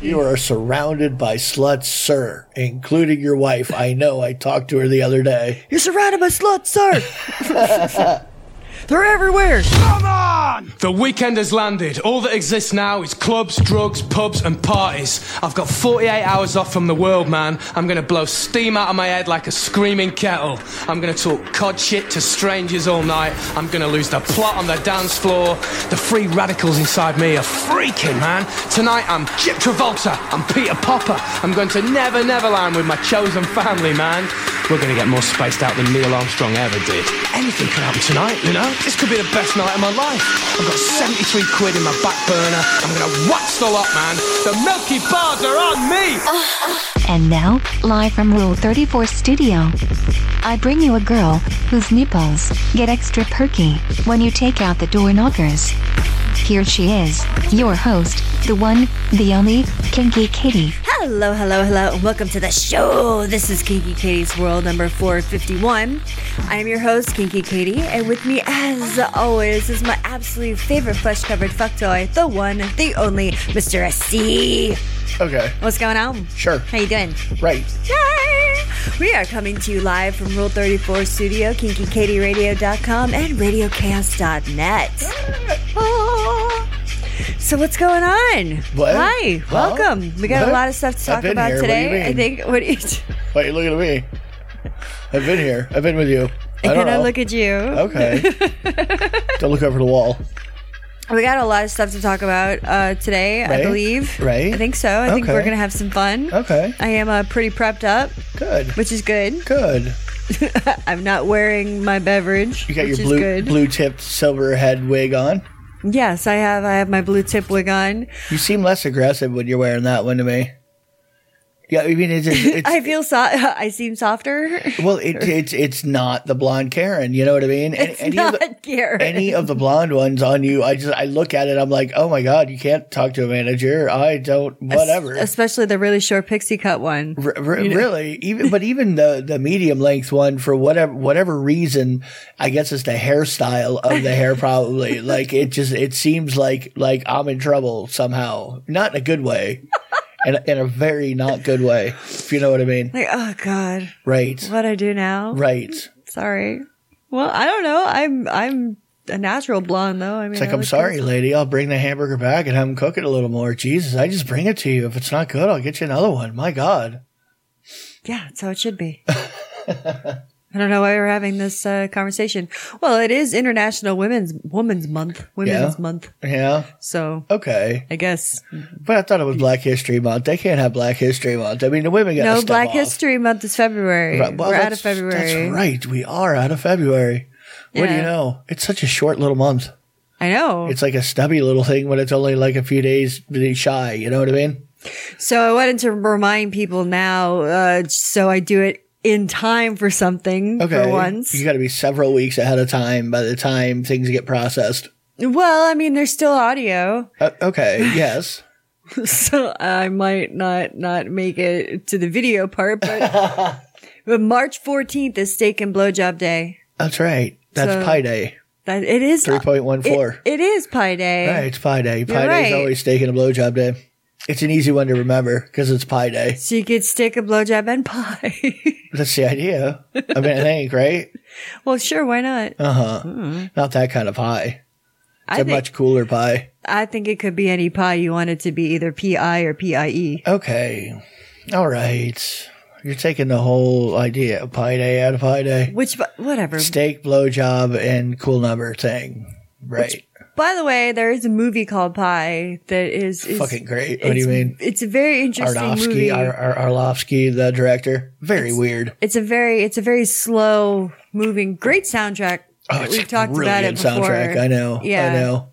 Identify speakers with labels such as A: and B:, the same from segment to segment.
A: You are surrounded by sluts, sir, including your wife. I know. I talked to her the other day.
B: You're surrounded by sluts, sir. They're everywhere.
C: The weekend has landed. All that exists now is clubs, drugs, pubs, and parties. I've got 48 hours off from the world, man. I'm gonna blow steam out of my head like a screaming kettle. I'm gonna talk cod shit to strangers all night. I'm gonna lose the plot on the dance floor. The free radicals inside me are freaking, man. Tonight I'm Chip Travolta. I'm Peter Popper. I'm going to Never Neverland with my chosen family, man. We're gonna get more spaced out than Neil Armstrong ever did. Anything could happen tonight, you know? This could be the best night of my life. I've got 73 quid in my back burner. I'm gonna watch the lot, man. The Milky Bars are on me!
D: And now, live from Rule 34 Studio, I bring you a girl whose nipples get extra perky when you take out the door knockers. Here she is, your host, the one, the only, Kinky Kitty.
B: Hello, hello, hello, and welcome to the show. This is Kinky Katie's World number 451. I am your host, Kinky Katie, and with me, as always, is my absolute favorite flesh covered fuck toy, the one, the only, Mr. SC.
A: Okay.
B: What's going on?
A: Sure.
B: How you doing?
A: Right.
B: Yay! We are coming to you live from Rule 34 Studio, KinkyKatieRadio.com, and RadioChaos.net. Ah. So what's going on?
A: What?
B: Hi,
A: Huh?
B: welcome. We got a
A: What?
B: lot of stuff to
A: I've
B: talk
A: been
B: about
A: here. What do you
B: today. I
A: mean?
B: think. What do you?
A: Wait, look at me. I've been here. I've been with you. I don't
B: Can I
A: know.
B: look at you?
A: okay. don't look over the wall.
B: We got a lot of stuff to talk about uh, today. I
A: Right?
B: believe.
A: Right?
B: I think so. I think
A: Okay.
B: we're gonna have some fun.
A: Okay.
B: I am uh, pretty prepped up,
A: Good.
B: which is good.
A: Good.
B: I'm not wearing my beverage,
A: You got
B: which
A: your
B: is
A: blue
B: good.
A: blue tipped silver head wig on.
B: Yes, I have. I have my blue tip wig on.
A: You seem less aggressive when you're wearing that one to me. Yeah, I mean it's it's, it's
B: I feel so. I seem softer.
A: well it, it's it's not the blonde Karen. You know what I mean? Any,
B: It's
A: any of
B: not
A: the,
B: Garrett.
A: any of the blonde ones on you, I just I look at it. I'm like, oh my god, you can't talk to a manager. I don't whatever.
B: Especially the really short pixie cut one.
A: R- r- really even but even the the medium length one for whatever whatever reason i guess it's the hairstyle of the hair probably like it just it seems like like i'm in trouble somehow not in a good way in, a- in a very not good way if you know what i mean
B: Like, oh God,
A: right
B: what I do now?
A: right it's
B: Sorry. Well, I don't know. I'm I'm a natural blonde though. I mean,
A: like
B: I
A: i'm
B: look
A: sorry
B: good.
A: lady i'll bring the hamburger back and have them cook it a little more jesus i just bring it to you if it's not good i'll get you another one my god
B: Yeah, that's how it should be. I don't know why we're having this uh, conversation. Well, it is International Women's Women's Month.
A: Yeah.
B: Women's Month.
A: yeah
B: So
A: okay
B: I guess
A: But I thought it was Black History Month. They can't have Black History Month. I mean, the women got
B: no
A: step
B: Black
A: off.
B: History Month is February.
A: Right, well,
B: we're out of
A: that's-
B: February.
A: That's right. We are out of February. What do you
B: Yeah.
A: know? It's such a short little month.
B: I know.
A: It's like a stubby little thing when it's only like a few days shy. You know what I mean?
B: So I wanted to remind people now, uh, so I do it in time for something
A: Okay.
B: for once.
A: You got to be several weeks ahead of time by the time things get processed.
B: Well, I mean, there's still audio,
A: Uh, okay. Yes.
B: so I might not not make it to the video part, but. But March 14th is steak and blowjob day.
A: That's right. That's
B: So-
A: Pi Day.
B: That it is
A: 3.14.
B: It, it is Pi Day.
A: Right. It's Pi Day. Pi Day
B: right.
A: is always taking a blowjob day. It's an easy one to remember because it's Pi Day.
B: So you get steak and blowjob and pie.
A: That's the idea. I mean, I think, right?
B: well, sure, why not?
A: Uh, Not that kind of pie.
B: I
A: It's a
B: think
A: much cooler pie.
B: I think it could be any pie you want it to be, either PI or E, PIE.
A: Okay. All right. You're taking the whole idea of pie day out of pie day.
B: Which, whatever.
A: Steak, blowjob, and cool number thing. Right.
B: By the way, there is a movie called Pie that is, is
A: Fucking great. What do you
B: it's-
A: mean?
B: It's a very interesting
A: Arnofsky,
B: movie.
A: Ar- Ar- Arlovsky, the director. Very weird.
B: it's a very it's a very slow moving, great soundtrack.
A: Oh, it's
B: We've talked
A: really
B: about
A: good
B: it before.
A: soundtrack. I know.
B: Yeah.
A: I know.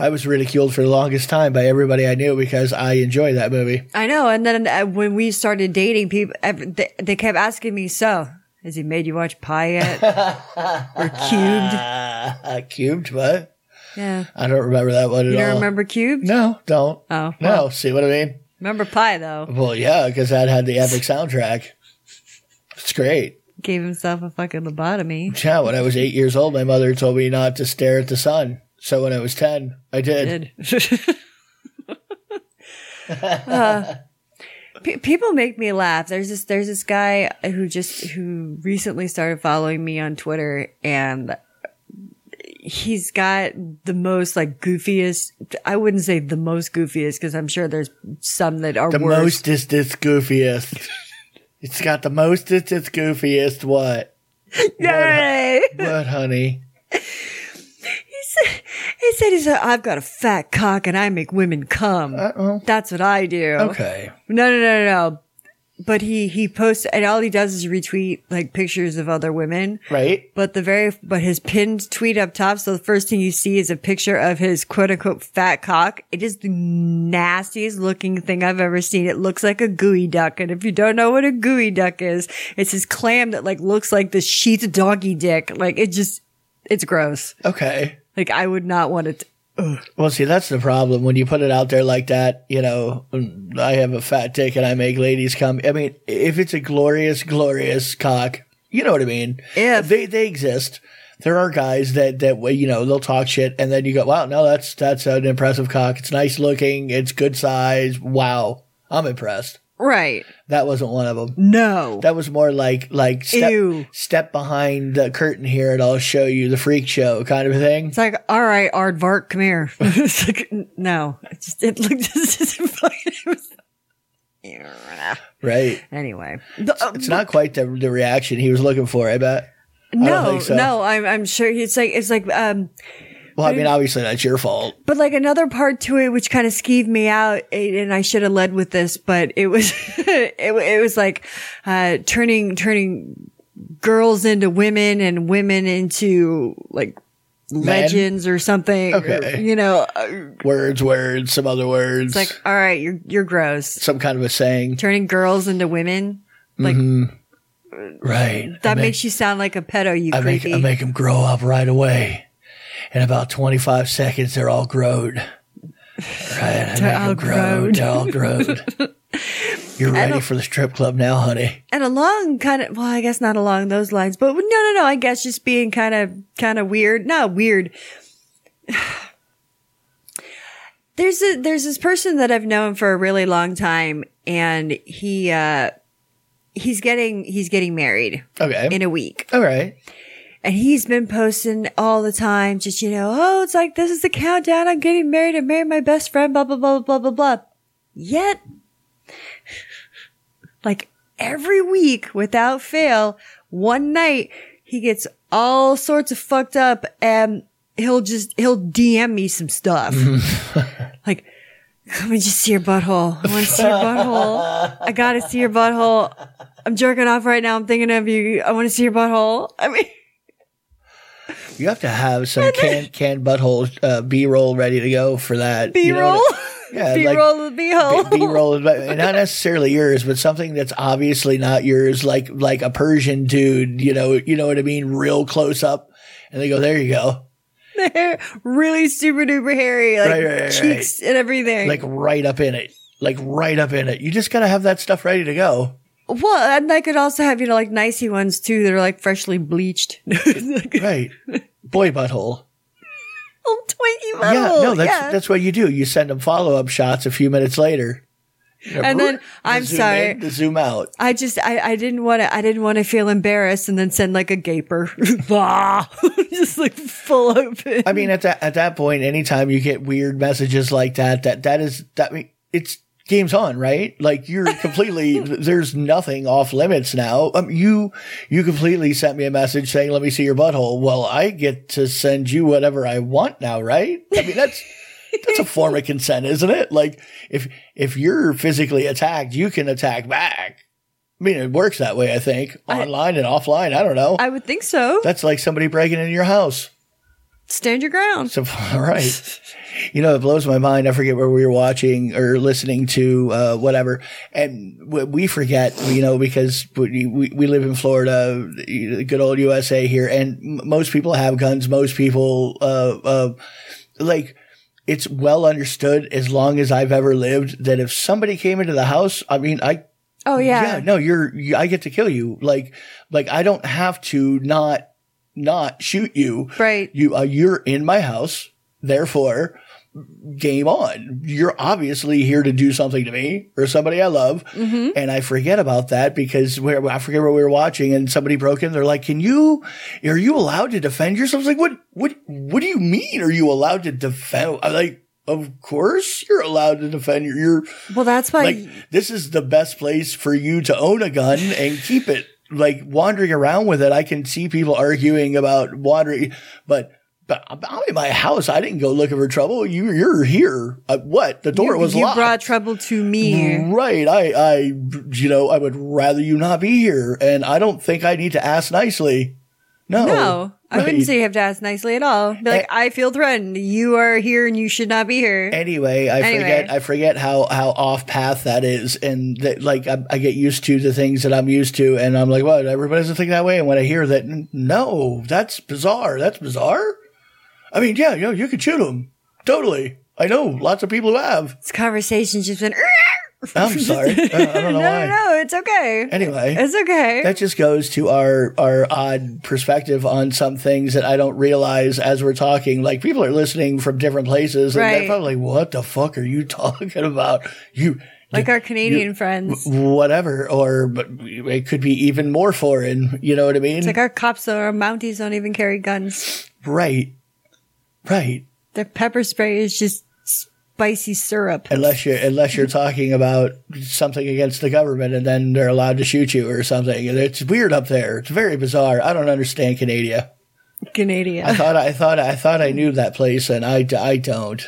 A: I was ridiculed for the longest time by everybody I knew because I enjoy that movie.
B: I know. And then uh, when we started dating, people ev- they, they kept asking me, "So, has he made you watch Pie yet?" or Cubed?
A: Uh, cubed, but
B: Yeah,
A: I don't remember that one at
B: you
A: all.
B: don't remember Cubed?
A: No, don't.
B: Oh,
A: no. See what I mean?
B: Remember Pie though?
A: Well, yeah, because that had the epic soundtrack. It's great.
B: Gave himself a fucking lobotomy.
A: Yeah, when I was eight years old, my mother told me not to stare at the sun. So when I was 10, I did.
B: Did. Uh, Pe people make me laugh. There's this there's this guy who just who recently started following me on Twitter and he's got the most like goofiest I wouldn't say the most goofiest cuz I'm sure there's some that are
A: The
B: worse.
A: most is this goofiest. it's got the most is this goofiest. What?
B: Yay!
A: What, honey?
B: He said he said I've got a fat cock and I make women come.
A: Uh-oh.
B: That's what I do.
A: Uh, Okay.
B: No, no, no, no, no. But he he posts and all he does is retweet like pictures of other women.
A: Right?
B: But the very but his pinned tweet up top, so the first thing you see is a picture of his quote unquote fat cock. It is the nastiest looking thing I've ever seen. It looks like a gooey duck, and if you don't know what a gooey duck is, it's this clam that like looks like the sheath donkey dick. Like it just, it's gross.
A: Okay.
B: Like I would not want it.
A: Well, see, that's the problem. When you put it out there like that, you know, I have a fat dick and I make ladies come. I mean, if it's a glorious, glorious cock, you know what I mean?
B: If.
A: They, they exist. There are guys that, that, well, you know, they'll talk shit and then you go, wow, no, that's, that's an impressive cock. It's nice looking. It's good size. Wow. I'm impressed.
B: Right?
A: That wasn't one of them.
B: No.
A: That was more like like step,
B: Ew.
A: step behind the curtain here and I'll show you the freak show kind of thing.
B: It's like, all right, Aardvark, come here. it's like, n- no, it just it looked just
A: Right.
B: anyway. The- uh,
A: It's not quite the the reaction he was looking for, I bet.
B: no,
A: think so.
B: no, I'm I'm sure it's like it's like um,
A: Well, I mean obviously that's your fault.
B: but like another part to it which kind of skeeved me out, eh, and I should have led with this, but it was it, wa- it was like uh, turning turning girls into women and women into like. Legends or something, or,
A: Okay.
B: you know. uh,
A: Words, words, some other words.
B: It's like, all right, you're you're gross.
A: some kind of a saying.
B: Turning girls into women, like
A: Right.
B: That makes you sound like a pedo, you
A: I make
B: creepy.
A: I make them grow up right away. In about 25 seconds they're all growed. Right. I
B: all
A: make them grow.
B: growed.
A: They're all growed. You're ready for the strip club now, honey.
B: and along kind of, well, I guess not along those lines, but no, no, no. I guess just being kind of, kind of weird. Not weird. There's a, there's this person that I've known for a really long time and he, uh, he's getting, he's getting married
A: Okay.
B: in a week.
A: all right.
B: And he's been posting all the time, just, you know, oh, it's like, this is the countdown. I'm getting married. I married my best friend, blah, blah, blah, blah, blah, blah. Yet, like every week without fail, one night he gets all sorts of fucked up and he'll just, he'll DM me some stuff. like, come and just see your butthole. I want to see your butthole. I got to see your butthole. I'm jerking off right now. I'm thinking of you. I want to see your butthole. I mean,
A: You have to have some canned can butthole uh, B roll ready to go for that.
B: B
A: You know
B: roll.
A: what Yeah,
B: B
A: like-
B: roll of the
A: I- B
B: beehole.
A: roll, but not necessarily yours, but something that's obviously not yours, like like a Persian dude. You know, you know what I mean. Real close up, and they go, "There you go,"
B: They're really super duper hairy, like
A: Right, right, right,
B: cheeks and everything.
A: like right up in it, like right up in it. You just gotta have that stuff ready to go.
B: well, and I could also have, you know, like nicey ones too that are like freshly bleached. like,
A: Right, boy butthole.
B: oh, twinkie
A: Yeah,
B: butthole.
A: no, that's
B: yeah.
A: that's what you do. You send them follow up shots a few minutes later,
B: and then I'm
A: Zoom
B: sorry.
A: in, zoom out.
B: I just I, I didn't want to I didn't want to feel embarrassed and then send like a gaper, bah, just like full open.
A: I mean, at that at that point, anytime you get weird messages like that, that that is that I mean, it's game's on, right? Like you're completely there's nothing off limits now. Um, you you completely sent me a message saying, "Let me see your butthole." Well, I get to send you whatever I want now, right? I mean, that's. That's a form of consent, isn't it? Like if if you're physically attacked, you can attack back. I mean, it works that way, I think, online and offline. I don't know.
B: I would think so.
A: That's like somebody breaking into your house.
B: Stand your ground.
A: So, all right. You know, it blows my mind. I forget where we were watching or listening to, uh, whatever. And we- we forget, you know, because we, we we live in Florida, the good old USA here, and m- most people have guns. Most people, uh, uh, like, it's well understood as long as I've ever lived that if somebody came into the house, I mean, I
B: Oh
A: yeah,
B: yeah.
A: no, you're, you, I get to kill you. Like, like I don't have to not, not shoot you.
B: Right.
A: You, uh, you're in my house. Therefore, game on. You're obviously here to do something to me or somebody I love. And I forget about that because we I forget what we were watching and somebody broke in. They're like, can you, are you allowed to defend yourself? I was like, what, what, what do you mean? Are you allowed to defend? I'm like, of course you're allowed to defend your, you're
B: Well, that's why.
A: like, this is the best place for you to own a gun and keep it. Like wandering around with it, I can see people arguing about wandering, but but I'm in my house. I didn't go looking for trouble. You you're here. Uh, what the door
B: you,
A: was
B: you
A: locked.
B: brought trouble to me.
A: Right. I, I, you know, I would rather you not be here. And I don't think I need to ask nicely. No.
B: No, I
A: Right.
B: wouldn't say you have to ask nicely at all. Be
A: Eh.
B: like, I feel threatened. You are here and you should not be here.
A: Anyway, I
B: Anyway.
A: forget I forget how how off path that is, and that like I, I get used to the things that I'm used to, and I'm like, what? Everybody doesn't think that way. And when I hear that, n- no, that's bizarre. That's bizarre. I mean, yeah, you know, you could shoot them. Totally. I know lots of people who have.
B: this conversation's just been.
A: I'm sorry. Uh, I don't know
B: no,
A: why.
B: no, no, it's okay.
A: Anyway,
B: It's okay.
A: that just goes to our our odd perspective on some things that I don't realize as we're talking. Like people are listening from different places, and
B: Right.
A: they're probably like, "What the fuck are you talking about?" You
B: like our Canadian friends.
A: whatever, or but it could be even more foreign. You know what I mean?
B: It's like our cops or our Mounties don't even carry guns.
A: right, right.
B: Their pepper spray is just spicy syrup.
A: Unless you're unless you're talking about something against the government, and then they're allowed to shoot you or something. And It's weird up there. It's very bizarre. I don't understand Canada. I
B: Canada.
A: thought I thought I thought I knew that place, and I, I don't.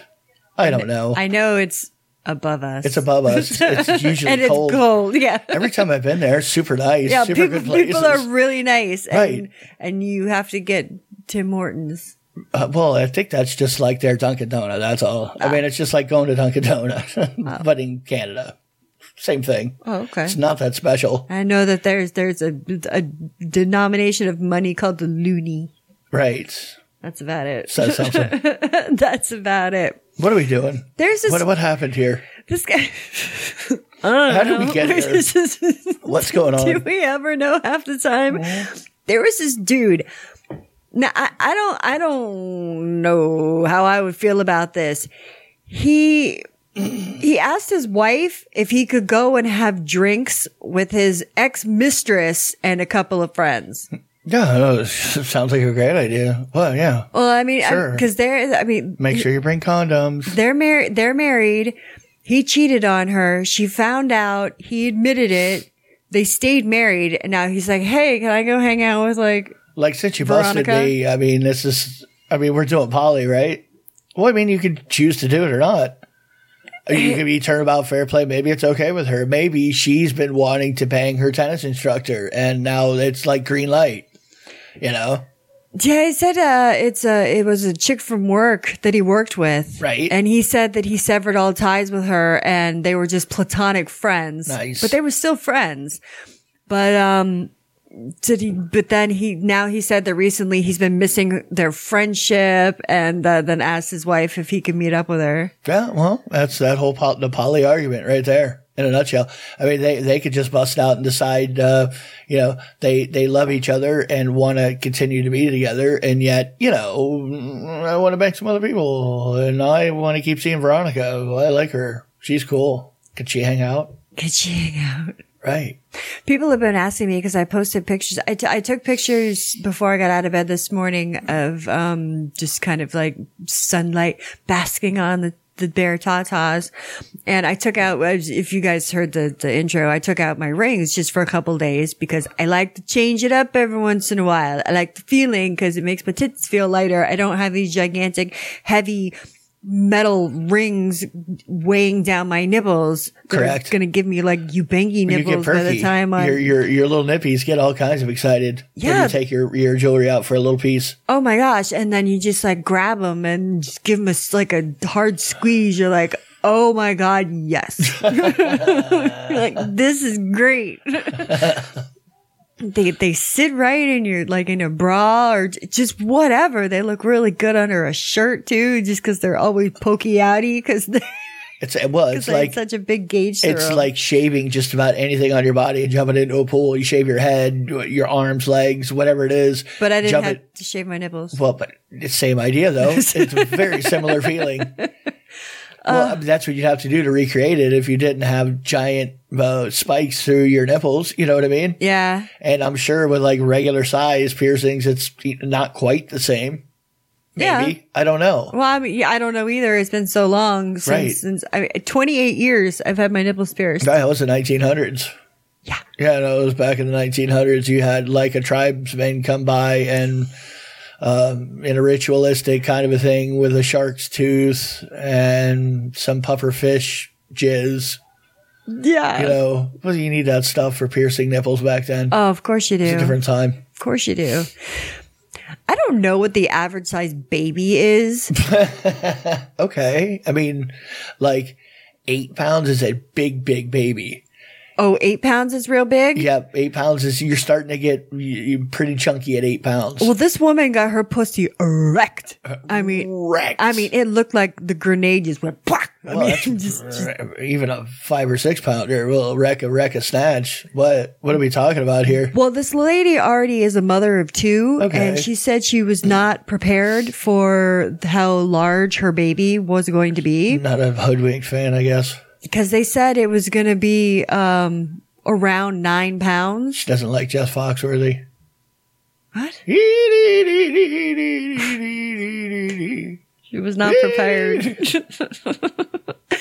A: I don't know.
B: I know it's above us.
A: It's above us. It's usually
B: and it's
A: cold.
B: cold. Yeah.
A: Every time I've been there, it's super nice,
B: Yeah,
A: super
B: people,
A: good places.
B: people are really nice. And,
A: Right.
B: and you have to get Tim Hortons.
A: Uh, well, I think that's just like their Dunkin' Donut. That's all.
B: Ah.
A: I mean, it's just like going to Dunkin' Donut, but in Canada, same thing.
B: Oh, Ah. okay.
A: It's not that special,
B: I know that there's there's a, a denomination of money called the loony.
A: right?
B: That's about it.
A: Says something.
B: That's about it.
A: what are we doing?
B: There's this
A: What what happened here?
B: this guy.
A: How did we get here?
B: This is-
A: What's going
B: Do
A: on?
B: we ever know half the time? There was this dude. Now I, I don't I don't know how I would feel about this. He he asked his wife if he could go and have drinks with his ex mistress and a couple of friends.
A: Yeah, no, it sounds like a great idea. Well, yeah.
B: Well, I mean,
A: Sure.
B: because they're I mean
A: Make sure you bring condoms.
B: they're married. They're married. He cheated on her. She found out. He admitted it. They stayed married, and now he's like, "Hey, can I go hang out with like
A: Like since you busted
B: Veronica?
A: me, I mean, this is. I mean, we're doing poly, right? Well, I mean, you could choose to do it or not. You can be turnabout fair play. Maybe it's okay with her. Maybe she's been wanting to bang her tennis instructor, and now it's like green light. You know,
B: Yeah, he said uh, it's a it was a chick from work that he worked with,
A: Right.
B: And he said that he severed all ties with her, and they were just platonic friends.
A: Nice.
B: but they were still friends. But um, did he? But then he now he said that recently he's been missing their friendship, and uh, then asked his wife if he could meet up with her.
A: yeah. Well, that's that whole pol- the poly argument right there in a nutshell. I mean, they they could just bust out and decide. Uh, you know, they they love each other and want to continue to be together, and yet, you know, mm, I want to bang some other people, and I want to keep seeing Veronica. I like her. She's cool. Could she hang out?
B: Could she hang out?
A: Right.
B: People have been asking me because I posted pictures. I, t- I took pictures before I got out of bed this morning of um just kind of like sunlight basking on the the bear tatas, and I took out. If you guys heard the the intro, I took out my rings just for a couple days because I like to change it up every once in a while. I like the feeling because it makes my tits feel lighter. I don't have these gigantic, heavy metal rings weighing down my nipples. that are
A: Correct.
B: Gonna give me like you bangy
A: You get
B: nipples by the
A: perky.
B: time I.
A: your your your little nippies get all kinds of excited. When
B: Yeah.
A: you take your your jewelry out for a little piece.
B: oh my gosh! And then you just like grab them and just give them a, s- like a hard squeeze. You're like, oh my god, yes! You're like this is great. they they sit right in your like in a bra or j- just whatever. They look really good under a shirt too, just because they're always pokey outy because.
A: It's well, it's
B: It's
A: like
B: such a big gauge.
A: it's
B: serum.
A: like shaving just about anything on your body and jumping into a pool. You shave your head, your arms, legs, whatever it is.
B: but I didn't
A: jump
B: have
A: it-
B: to shave my nipples.
A: Well, but it's same idea though. it's a very similar feeling.
B: Uh,
A: well, I mean, that's what you'd have to do to recreate it if you didn't have giant uh, spikes through your nipples. You know what I mean?
B: yeah,
A: And I'm sure with like regular size piercings, it's not quite the same. Maybe
B: yeah.
A: I don't know.
B: Well, I mean, yeah, I don't know either. It's been so long since,
A: Right.
B: since I mean, 28 years I've had my nipples pierced.
A: That was the 1900s.
B: Yeah.
A: Yeah, no, it was back in the 1900s. You had like a tribesman come by and um, in a ritualistic kind of a thing with a shark's tooth and some puffer fish jizz.
B: Yeah.
A: You know, well, you need that stuff for piercing nipples back then.
B: Oh, of course you do.
A: it's a different time.
B: Of course you do. I don't know what the average size baby is.
A: Okay. I mean, like eight pounds is a big, big baby.
B: Oh, eight pounds is real big.
A: Yeah, eight pounds is, you're starting to get you- you're pretty chunky at eight pounds.
B: Well, this woman got her pussy erect.
A: Uh,
B: I mean,
A: Correct.
B: I mean, it looked like the grenade just went. Pwah! I
A: Well,
B: mean,
A: that's
B: just, just-
A: Uh, even a five or six pounder will wreck a wreck a snatch. What what are we talking about here?
B: well, this lady already is a mother of two,
A: Okay.
B: and she said she was not prepared for how large her baby was going to be
A: Not a hoodwinked fan, I guess.
B: because they said it was going to be um, around nine pounds.
A: She doesn't like Jeff Foxworthy.
B: What?
A: That's
B: She was not prepared.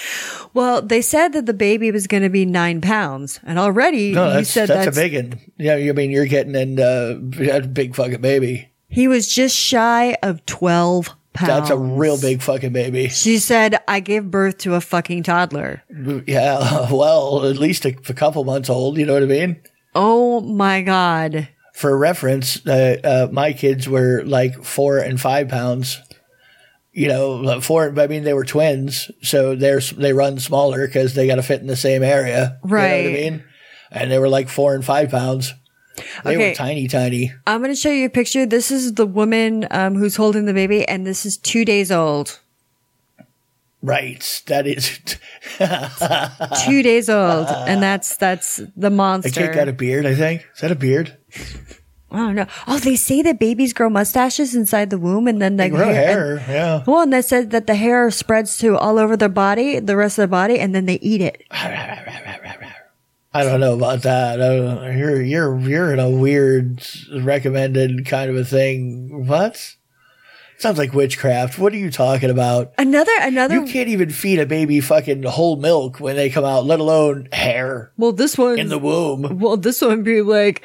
B: well, they said that the baby was going to be nine pounds, and already
A: no,
B: you
A: that's,
B: said
A: that's
B: that's,
A: a big one. Yeah, I mean you're getting in uh, a big fucking baby.
B: he was just shy of twelve pounds.
A: That's a real big fucking baby.
B: She said, "I gave birth to a fucking toddler."
A: Yeah, well, at least a, a couple months old. You know what I mean?
B: Oh my god!
A: for reference, uh, uh, my kids were like four and five pounds. You know, like four. I mean, they were twins, so they're s- they run smaller because they got to fit in the same area. You know
B: Right.
A: what I mean? And they were like four and five pounds. They
B: Okay.
A: were tiny, tiny.
B: I'm going to show you a picture. This is the woman um, who's holding the baby, and this is two days old.
A: Right. That is. Uh.
B: two days old, and that's that's the
A: The
B: monster.
A: kid got a beard. I think is that a beard?
B: I don't know. Oh, they say that babies grow mustaches inside the womb, and then they
A: Grow hair.
B: and-
A: yeah.
B: well, and they said that the hair spreads to all over their body, the rest of their body, and then they eat it.
A: I don't know about that. I don't- you're you're you're in a weird recommended kind of a thing. What? Sounds like witchcraft. What are you talking about?
B: Another, another.
A: You can't even feed a baby fucking whole milk when they come out, let alone hair
B: well, this one.
A: in the womb.
B: well, this one be like,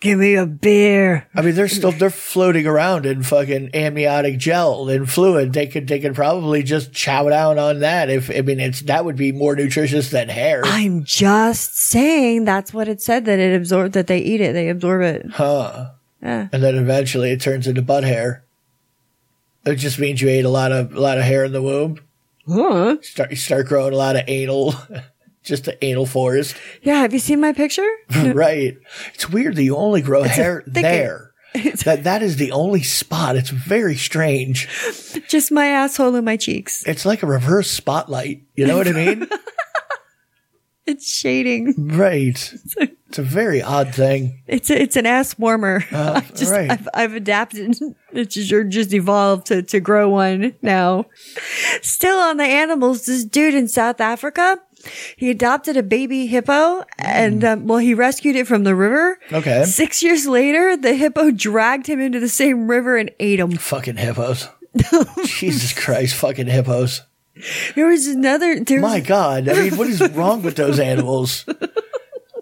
B: give me a beer.
A: I mean, they're still they're floating around in fucking amniotic gel and fluid. They could they could probably just chow down on that. If I mean, it's that would be more nutritious than hair.
B: I'm just saying that's what it said that it absorbed that they eat it, they absorb it.
A: and then eventually it turns into butt hair. It just means you ate a lot of a lot of hair in the womb.
B: Huh?
A: Start you start growing a lot of anal, just the anal forest,
B: Yeah, have you seen my picture?
A: right? It's weird that you only grow hair
B: thicket.
A: there. that that is the only spot. It's very strange.
B: Just my asshole and my cheeks.
A: It's like a reverse spotlight. You know what I mean?
B: It's shading.
A: right. It's a very odd thing.
B: It's a, it's an ass warmer. I just
A: Uh, right.
B: I've, I've adapted. It's just, you're just evolved to to grow one now. Still on the animals, this dude in South Africa, he adopted a baby hippo, and um, well, he rescued it from the river.
A: Mm. Okay.
B: Six years later, the hippo dragged him into the same river and ate him.
A: Fucking hippos. Jesus Christ, fucking hippos.
B: There was another. There was,
A: My God, I mean, what is wrong with those animals?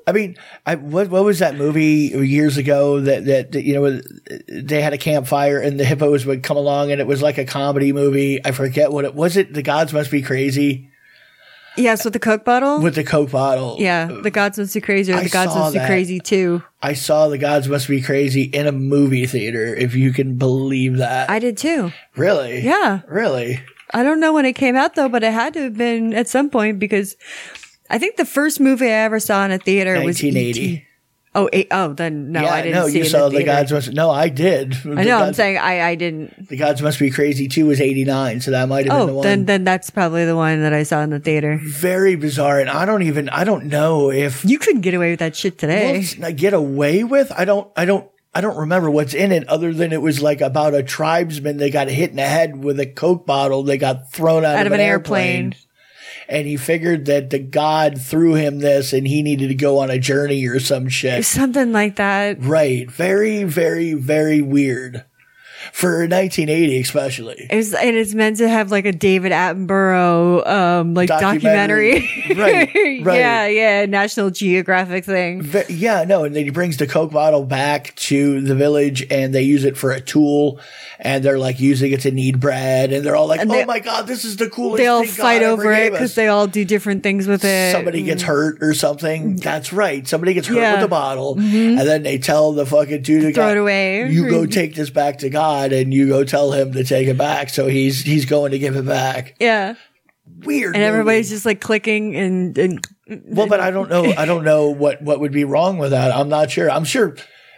A: I mean, I, what what was that movie years ago that, that that, you know they had a campfire and the hippos would come along and it was like a comedy movie. I forget what it was. It the gods must be crazy
B: Yes, with the Coke bottle.
A: with the coke bottle.
B: yeah, the gods must be crazy. Or
A: I
B: the gods
A: saw
B: must be
A: that.
B: crazy too.
A: I saw the gods must be crazy in a movie theater. If you can believe that,
B: I did too.
A: really,
B: Yeah.
A: really.
B: I don't know when it came out though, but it had to have been at some point because I think the first movie I ever saw in a theater was
A: 1980.
B: E.T. Oh, eight, oh, then no,
A: yeah,
B: I didn't
A: no,
B: see
A: you
B: it in
A: saw
B: the
A: the,
B: theater.
A: gods must. No, I did.
B: I know. I'm saying I, I didn't.
A: the gods must be crazy too. Was eighty nine, so that might have been the
B: Oh,
A: one.
B: then then that's probably the one that I saw in the theater.
A: Very bizarre, and I don't even. I don't know if
B: You couldn't get away with that shit today.
A: what's I get away with. I don't. I don't. I don't remember what's in it other than it was like about a tribesman that got hit in the head with a coke bottle. They got thrown out,
B: Out of an airplane.
A: and he figured that the god threw him this, and he needed to go on a journey or some shit.
B: Something like that.
A: Right. Very, very, very weird. For 1980, especially.
B: It was, and it's meant to have like a David Attenborough um like documentary.
A: Documentary. Right, right.
B: yeah, yeah, National Geographic thing.
A: Ve- Yeah, no, and then he brings the Coke bottle back to the village and they use it for a tool and they're like using it to knead bread and they're all like,
B: And
A: oh
B: they-
A: my God, this is the coolest
B: They all
A: thing God
B: fight
A: ever
B: over it
A: gave us."
B: because they all do different things with it. Mm.
A: somebody gets hurt or something. That's right. Somebody gets hurt
B: Yeah. Mm-hmm.
A: with the bottle, and then they tell the fucking dude to
B: Throw
A: go-
B: it away. Mm-hmm.
A: You go take this back to God, and you go tell him to take it back. So he's he's going to give it back.
B: yeah,
A: Weird.
B: and
A: movie.
B: everybody's just like clicking and and
A: well, but I don't know. I don't know what what would be wrong with that. I'm not sure. I'm sure.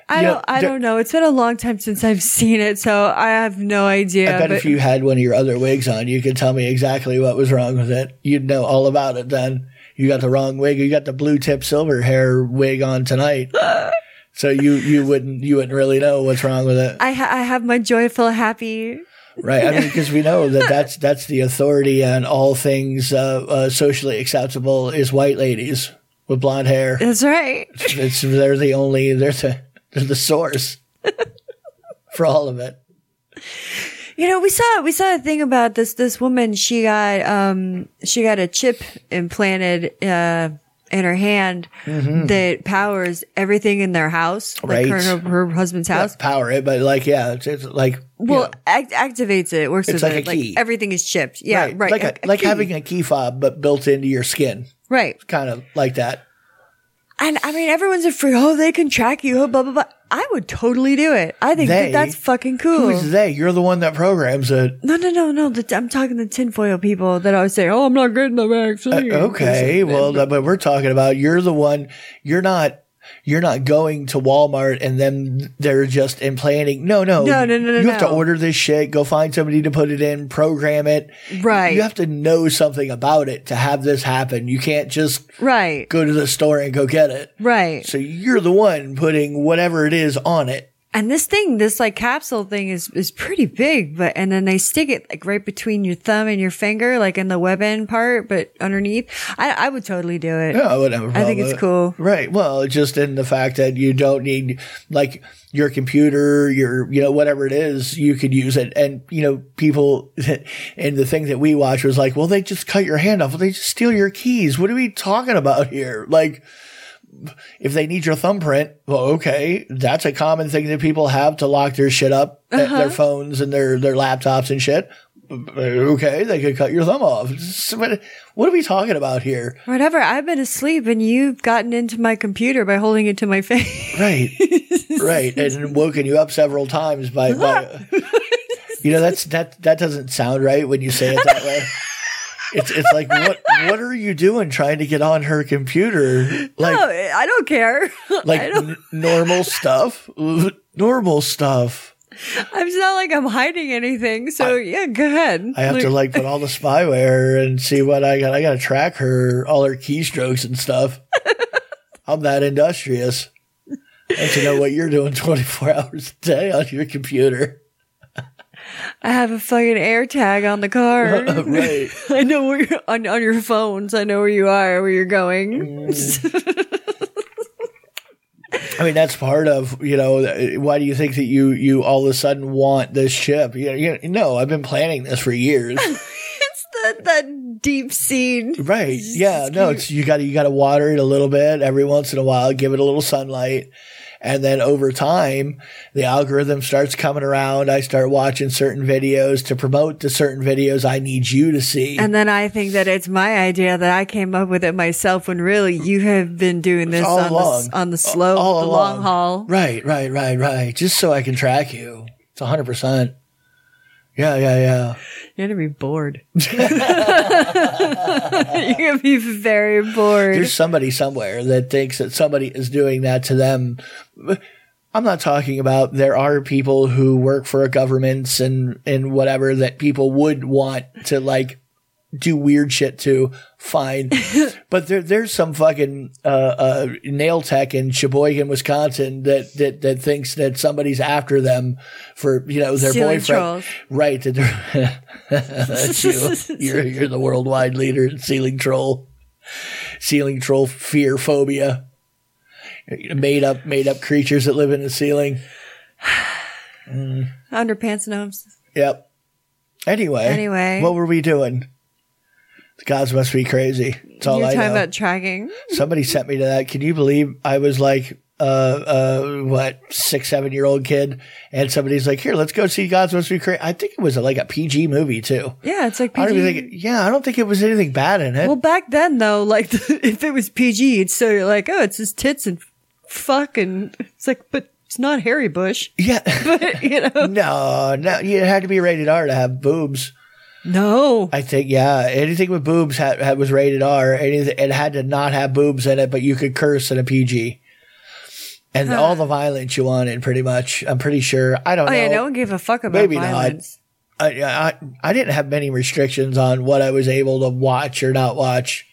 B: I
A: you know,
B: don't I
A: there-
B: don't know. It's been a long time since I've seen it, so I have no idea.
A: I bet
B: but
A: if you had one of your other wigs on, you could tell me exactly what was wrong with it. You'd know all about it then. You got the wrong wig. You got the blue tip silver hair wig on tonight. so you, you wouldn't you wouldn't really know what's wrong with it,
B: I ha- I have my joyful happy.
A: right? I mean, because we know that that's that's the authority on all things uh, uh, socially acceptable is white ladies with blonde hair.
B: That's right.
A: It's, they're the only they're the they're the source for all of it.
B: You know, we saw we saw a thing about this this woman. She got um she got a chip implanted uh in her hand that powers everything in their house, like
A: Mm-hmm.
B: her,
A: Right.
B: and her her husband's house.
A: Not power it, but like yeah, it's, it's like
B: Well, act- activates it. Works
A: It's
B: with
A: like
B: it.
A: a key.
B: Like everything is chipped. Yeah, right.
A: Like, a, like
B: key.
A: having a key fob, but built into your skin,
B: right.
A: kind of like that.
B: And I mean, everyone's a freak. Oh, they can track you. Oh, blah blah blah. I would totally do it. I think
A: They?
B: that that's fucking cool.
A: Who's they? You're the one that programs it.
B: No, no, no, no. The, I'm talking the tinfoil people that always say, "Oh, I'm not getting the vaccine."
A: Uh, Okay, well, that- but we're talking about you're the one. You're not. You're not going to Walmart and then they're just implanting. No, no,
B: No, no, no, no,
A: You have to
B: no.
A: order this shit. Go find somebody to put it in. Program it.
B: Right.
A: You have to know something about it to have this happen. You can't just
B: Right.
A: go to the store and go get it.
B: Right.
A: So you're the one putting whatever it is on it.
B: and this thing, this like capsule thing is, is pretty big, but, and then they stick it like right between your thumb and your finger, like in the web end part, but underneath. I, I would totally do it.
A: Yeah, I would have a
B: I
A: problem
B: think it's
A: with it.
B: cool.
A: Right. Well, just in the fact that you don't need like your computer, your you know whatever it is, you could use it. And you know people, and the thing that we watch was like, well, they just cut your hand off. Well, they just steal your keys. What are we talking about here? Like. If they need your thumbprint, well, okay, that's a common thing that people have to lock their shit up, uh,
B: Uh-huh.
A: their phones and their their laptops and shit. Uh, Okay, they could cut your thumb off. What are we talking about here?
B: Whatever. I've been asleep and you've gotten into my computer by holding it to my face.
A: Right. right. And woken you up several times by, by You know, that's that that doesn't sound right when you say it that way. It's it's like what what are you doing trying to get on her computer? Like
B: no, I don't care.
A: like
B: I don't,
A: n- normal stuff. normal stuff.
B: I'm it's not like I'm hiding anything. So yeah, go ahead.
A: I have to like put all the spyware and see what I got. I got to track her, all her keystrokes and stuff. I'm that industrious. I have to know what you're doing 24 hours a day on your computer.
B: I have a fucking air tag on the car.
A: right.
B: I know where you're on, on your phones. I know where you are, where you're going.
A: I mean, that's part of you know. th- Why do you think that you you all of a sudden want this ship? You, you, no, I've been planning this for years.
B: It's the, the deep sea.
A: right? Yeah. No, it's you got to you got to water it a little bit every once in a while. Give it a little sunlight. And then over time, the algorithm starts coming around. I start watching certain videos to promote the certain videos I need you to see.
B: And then I think that it's my idea that I came up with it myself when really you have been doing this
A: all
B: on the, s-
A: along.
B: on the slow,
A: All
B: the
A: along.
B: long haul.
A: Right, right, right, right. Just so I can track you. It's 100%. Yeah, yeah, yeah.
B: You're gonna be bored. You're gonna be very bored.
A: There's somebody somewhere that thinks that somebody is doing that to them. I'm not talking about there are people who work for governments and and whatever that people would want to like do weird shit to. Fine, but there there's some fucking uh, uh, nail tech in Sheboygan, Wisconsin that that that thinks that somebody's after them for you know their
B: Stealing
A: boyfriend,
B: trolls.
A: right? That they're- That's you. You're, you're the worldwide leader in ceiling troll, ceiling troll fear phobia. Made up, made up creatures that live in the ceiling.
B: Underpants gnomes.
A: Yep. Anyway,
B: Anyway.
A: what were we doing? The gods must be crazy. That's all
B: You're
A: I
B: talking
A: know.
B: about tracking.
A: Somebody sent me to that. Can you believe I was like, uh, uh, what six, seven year old kid, and somebody's like, "Here, let's go see Gods Must Be Crazy." I think it was like a PG movie too.
B: Yeah, it's like PG.
A: I don't even think. Yeah, I don't think it was anything bad in it.
B: well, back then though, like if it was PG, it's so you're like, oh, it's his tits and fucking. It's like, but it's not Harry Bush.
A: yeah.
B: you know?
A: No, no, you had to be rated R to have boobs.
B: No.
A: I think, yeah, anything with boobs had, had was rated R. Anything it had to not have boobs in it, but you could curse in a PG, and all the violence you wanted, pretty much. I'm pretty sure. I don't
B: oh
A: know.
B: yeah, no one gave a fuck about
A: Maybe not.
B: violence.
A: I, I I didn't have many restrictions on what I was able to watch or not watch.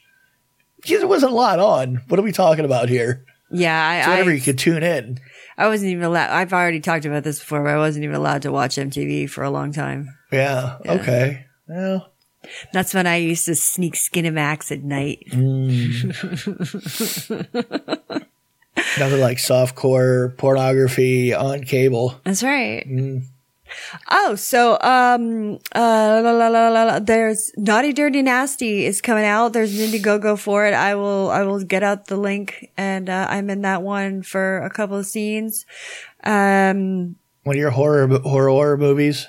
A: Because there wasn't a lot on. What are we talking about here?
B: Yeah, I,
A: So whatever
B: I,
A: you could tune in.
B: I wasn't even allowed. I've already talked about this before, but I wasn't even allowed to watch MTV for a long time.
A: Yeah. Okay. Well,
B: That's when I used to sneak Skinamax at night.
A: nothing like softcore pornography on cable.
B: That's right.
A: Mm-hmm.
B: Oh, so um, uh, la, la, la, la, la, there's Naughty Dirty Nasty is coming out. There's an Indiegogo for it. I will I will get out the link, and uh, I'm in that one for a couple of scenes. Um,
A: One of your horror horror, horror movies.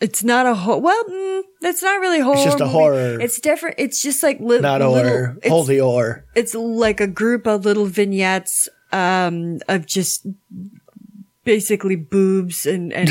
B: It's not a horror. Well, mm, it's not really horror.
A: just a
B: movie.
A: horror.
B: It's different. It's just like li-
A: Not
B: little.
A: horror.
B: It's,
A: Hold the or.
B: it's like a group of little vignettes um, of just basically boobs and, and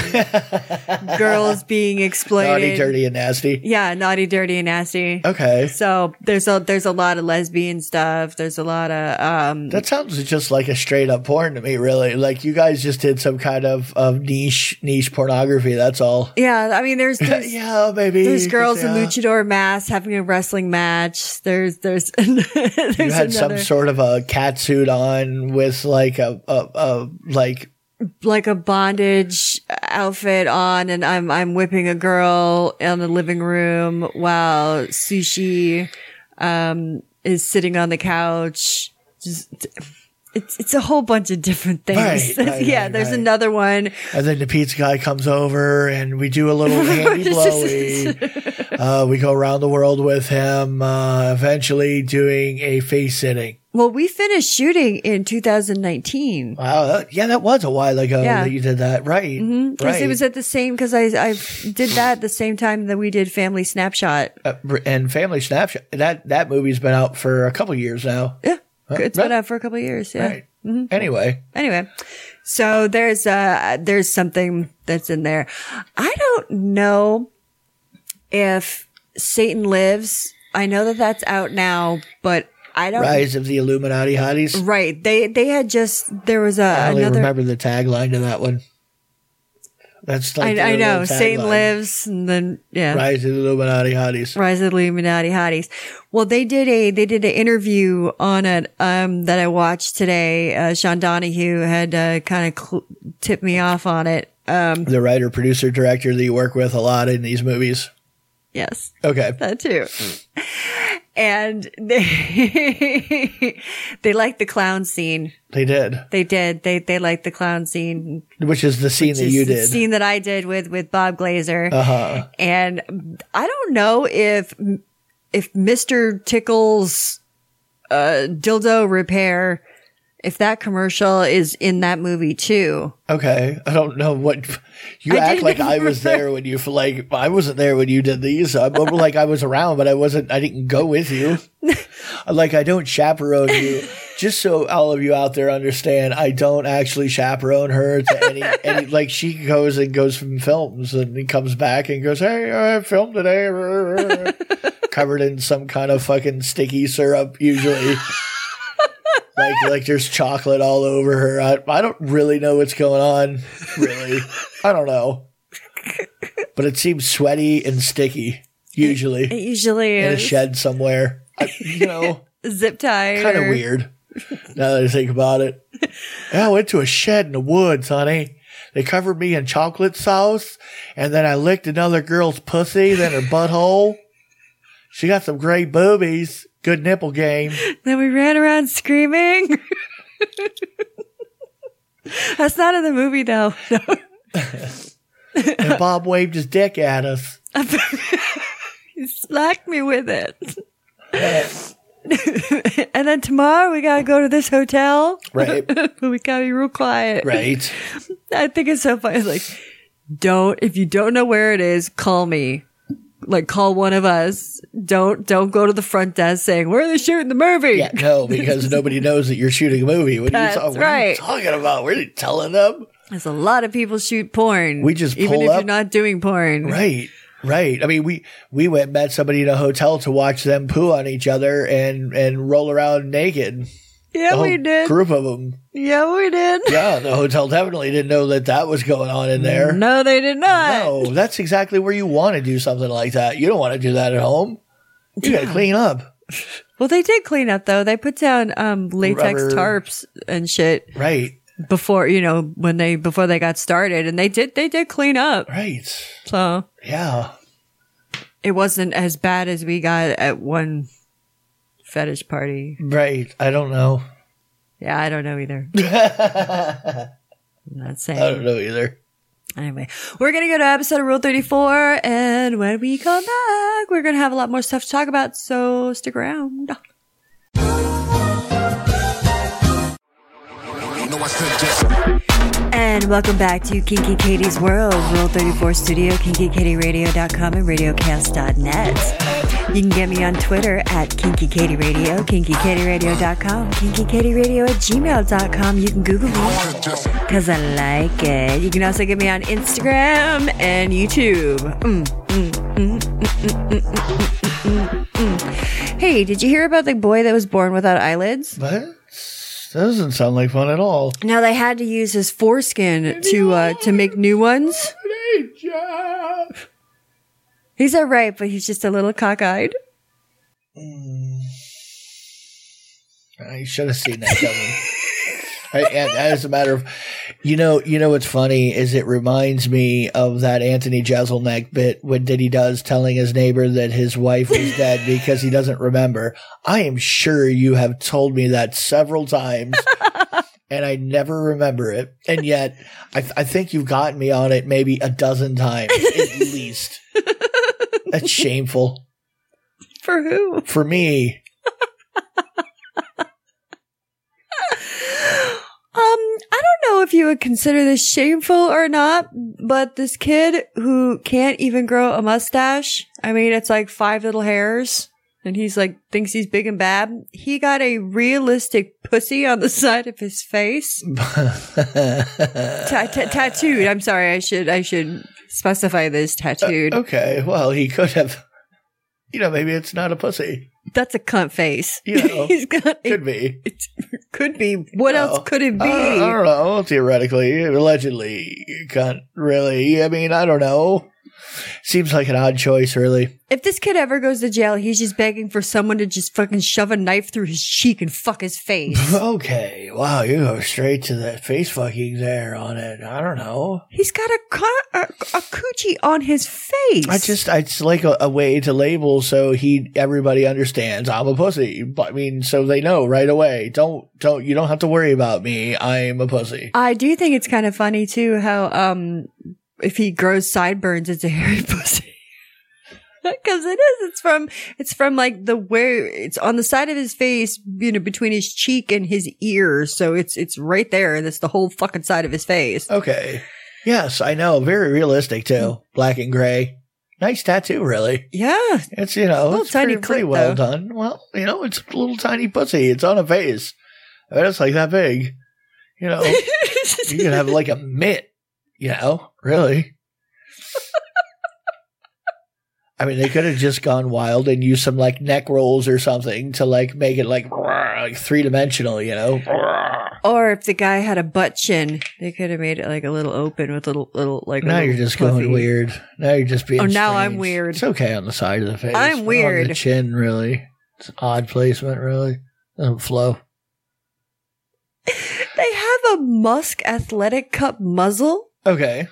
B: girls being exploited.
A: Naughty, dirty, and nasty.
B: Yeah, naughty, dirty, and nasty.
A: Okay.
B: So there's a there's a lot of lesbian stuff. There's a lot of um,
A: That sounds just like a straight up porn to me, really. Like you guys just did some kind of, of niche niche pornography, that's all.
B: yeah. I mean, there's, there's
A: Yeah, baby.
B: There's girls in
A: Yeah.
B: luchador masks having a wrestling match. There's there's there's
A: You had
B: another
A: some sort of a cat suit on with like a, a, a like
B: like a bondage outfit on, and I'm I'm whipping a girl in the living room while sushi um is sitting on the couch. Just it's it's a whole bunch of different things.
A: Right, right,
B: yeah,
A: right,
B: there's
A: right.
B: another one.
A: and then the pizza guy comes over and we do a little handy blowy. Uh, we go around the world with him, uh, eventually doing a face sitting.
B: Well, we finished shooting in 2019.
A: Wow. that- yeah, that was a while ago
B: Yeah.
A: that you did that. Right.
B: Because
A: Right.
B: It was at the same because I I did that at the same time that we did Family Snapshot.
A: Uh, and Family Snapshot. That that movie's been out for a couple years now.
B: Yeah, Mm-hmm. it's been
A: right.
B: out for a couple of years. Yeah.
A: Right. Anyway,
B: Anyway, so there's uh there's something that's in there. I don't know if Satan Lives. I know that that's out now, but I don't. Right.
A: Rise of the Illuminati Hotties.
B: They they had just there was a
A: I only
B: another.
A: remember the tagline to that one. That's like
B: I, I
A: their
B: know
A: little
B: Satan
A: tagline.
B: Lives, and then yeah.
A: Rise of the Illuminati Hotties.
B: Rise of the Illuminati hotties. Well, they did a they did an interview on it um, that I watched today. Uh, Sean Donahue had uh, kind of cl- tipped me off on it. Um,
A: The writer, producer, director that you work with a lot in these movies.
B: yes,
A: Okay.
B: that too. And they they liked the clown scene.
A: They did.
B: They did. They they liked the clown scene.
A: Which is the scene that
B: Just
A: you
B: the
A: did. Uh-huh.
B: scene that I did with with Bob Glazer. And I don't know if if Mister Tickle's uh, dildo repair, if that commercial is in that movie too.
A: Okay. I don't know what you
B: I
A: act
B: didn't
A: like I was there when you like I wasn't there when you did these. I'm over like I was around, but I wasn't I didn't go with you. like I don't chaperone you. just so all of you out there understand, I don't actually chaperone her to any, any like she goes and goes from films and comes back and goes, hey, I filmed today, covered in some kind of fucking sticky syrup usually. Like, like there's chocolate all over her. I, I don't really know what's going on. Really, I don't know. But it seems sweaty and sticky usually
B: It usually
A: in a
B: is
A: shed somewhere. I, you know,
B: zip tie.
A: kind of
B: or-
A: weird. Now that I think about it, I went to a shed in the woods, honey. They covered me in chocolate sauce, and then I licked another girl's pussy, then her butthole. She got some great boobies, good nipple game.
B: Then we ran around screaming. That's not in the movie though. No.
A: And Bob waved his dick at us.
B: He slapped me with it. and then tomorrow we gotta go to this hotel.
A: Right,
B: But we gotta be real quiet.
A: right.
B: I think it's so funny. Like, don't if you don't know where it is, call me. Like, call one of us. Don't don't go to the front desk saying where are they shooting the movie.
A: Yeah, no, because nobody knows that you're shooting a movie. What,
B: That's
A: are, you, ta- what are you
B: right.
A: talking about? What are you telling them?
B: There's a lot of people shoot porn.
A: We just
B: even
A: pull
B: if
A: up-
B: you're not doing porn.
A: Right. Right. I mean, we we went met somebody in a hotel to watch them poo on each other and and roll around naked.
B: Yeah,
A: The whole
B: we did.
A: group of them.
B: Yeah, we did.
A: Yeah, the hotel definitely didn't know that that was going on in there.
B: No, they did not.
A: No, that's exactly where you want to do something like that. You don't want to do that at home. You got to clean up.
B: Well, they did clean up though. They put down um latex
A: Rubber.
B: tarps and shit
A: Right.
B: before you know when they before they got started, and they did they did clean up.
A: Right.
B: So
A: Yeah.
B: it wasn't as bad as we got at one fetish party.
A: Right. I don't know.
B: Yeah, I don't know either. I'm not
A: I don't
B: saying.
A: know either.
B: Anyway, we're going to go to episode of Rule 34. And when we come back, we're going to have a lot more stuff to talk about. So stick around. And welcome back to Kinky Katie's World, Rule 34 Studio, KinkyKatieRadio.com, and RadioCast.net. You can get me on Twitter at Kinky Katie Radio, KinkyKatieRadio.com, KinkyKatieRadio at gmail.com. You can Google me because I like it. You can also get me on Instagram and YouTube. Mm, mm, mm, mm, mm, mm, mm, mm, mm, mm. Hey, did you hear about the boy that was born without eyelids?
A: But that doesn't sound like fun at all.
B: Now they had to use his foreskin to uh, to make new ones. He's all right, but he's just a little cockeyed.
A: I should have seen that coming. I, and as a matter of, you know, you know what's funny is it reminds me of that Anthony Jeselnik bit when Diddy does telling his neighbor that his wife was dead because he doesn't remember. I am sure you have told me that several times, and I never remember it. And yet, I, I think you've gotten me on it maybe a dozen times at least. That's shameful
B: For who?
A: for me.
B: Um, I don't know if you would consider this shameful or not, but this kid who can't even grow a mustache, I mean, it's like five little hairs, and he's like, thinks he's big and bad. He got a realistic pussy on the side of his face. Ta- ta- tattooed. I'm sorry. I should, I should specify this tattooed.
A: Okay, well, he could have. You know, maybe it's not a pussy.
B: That's a cunt face.
A: You know,
B: he's got, a-
A: Could be. Uh,
B: It could be. What else could it be?
A: I, I don't know. Theoretically, allegedly, can't really. I mean, I don't know. Seems like an odd choice, really.
B: if this kid ever goes to jail, he's just begging for someone to just fucking shove a knife through his cheek and fuck his face.
A: Okay, wow, you go straight to the face fucking there on it. I don't know.
B: he's got a, co- a, a coochie on his face.
A: I just, it's like a, a way to label so he, everybody understands I'm a pussy. But I mean, so they know right away. Don't, don't, you don't have to worry about me. I'm a pussy.
B: I do think it's kind of funny too how um if he grows sideburns, it's a hairy pussy. Because it is, it's from, it's from like the where it's on the side of his face, you know, between his cheek and his ear. So it's, it's right there, and it's the whole fucking side of his face.
A: Okay. Yes, I know. Very realistic
B: Hmm.
A: too. Black and gray. Nice tattoo, really.
B: Yeah,
A: It's you know,
B: Little
A: it's
B: tiny
A: pretty, pretty
B: clip,
A: well
B: though.
A: done. Well, you know, it's a little tiny pussy. It's on a face. I mean, it's like that big. You know, Oh, you can have like a mitt, you know, really. I mean, they could have just gone wild and used some like neck rolls or something to like make it like, like three dimensional, you know?
B: Or if the guy had a butt chin, they could have made it like a little open with little little like. a
A: Now
B: little
A: you're just
B: fluffy.
A: going weird. Now you're just being.
B: Oh, now I'm
A: strange.
B: weird.
A: It's okay on the side of the face.
B: I'm
A: but On the
B: weird.
A: chin, really. It's an odd placement, really. Doesn't flow.
B: They have a Musk Athletic Cup muzzle,
A: Okay.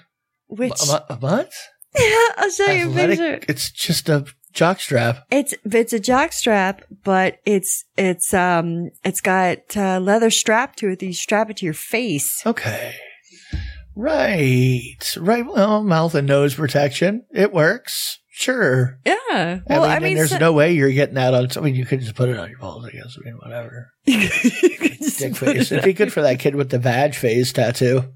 B: which
A: A- a- a what?
B: I'll show you a picture.
A: Athletic. It's just a jockstrap.
B: It's it's a jockstrap, but it's it's um it's got uh, leather strap to it. That you strap it to your face.
A: Okay. Right. Right. Well, mouth and nose protection. It works. Sure.
B: Yeah.
A: I
B: Well,
A: mean,
B: I
A: and
B: mean,
A: there's
B: so-
A: no way you're getting that on. I mean, you could just put it on your balls, I guess. I mean, whatever.
B: You could just
A: Dick
B: put
A: face.
B: it
A: It'd be good for that kid with the vag phase tattoo.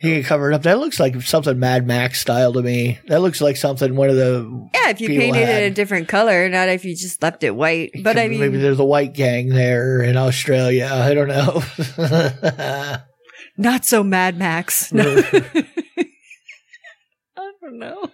A: He could cover it up. That looks like something Mad Max style to me. That looks like something one of the.
B: Yeah, if you
A: people
B: painted
A: had.
B: it a different color, not if you just left it white. But I
A: maybe
B: mean,
A: there's a white gang there in Australia. I don't know.
B: not so Mad Max. No. I don't know.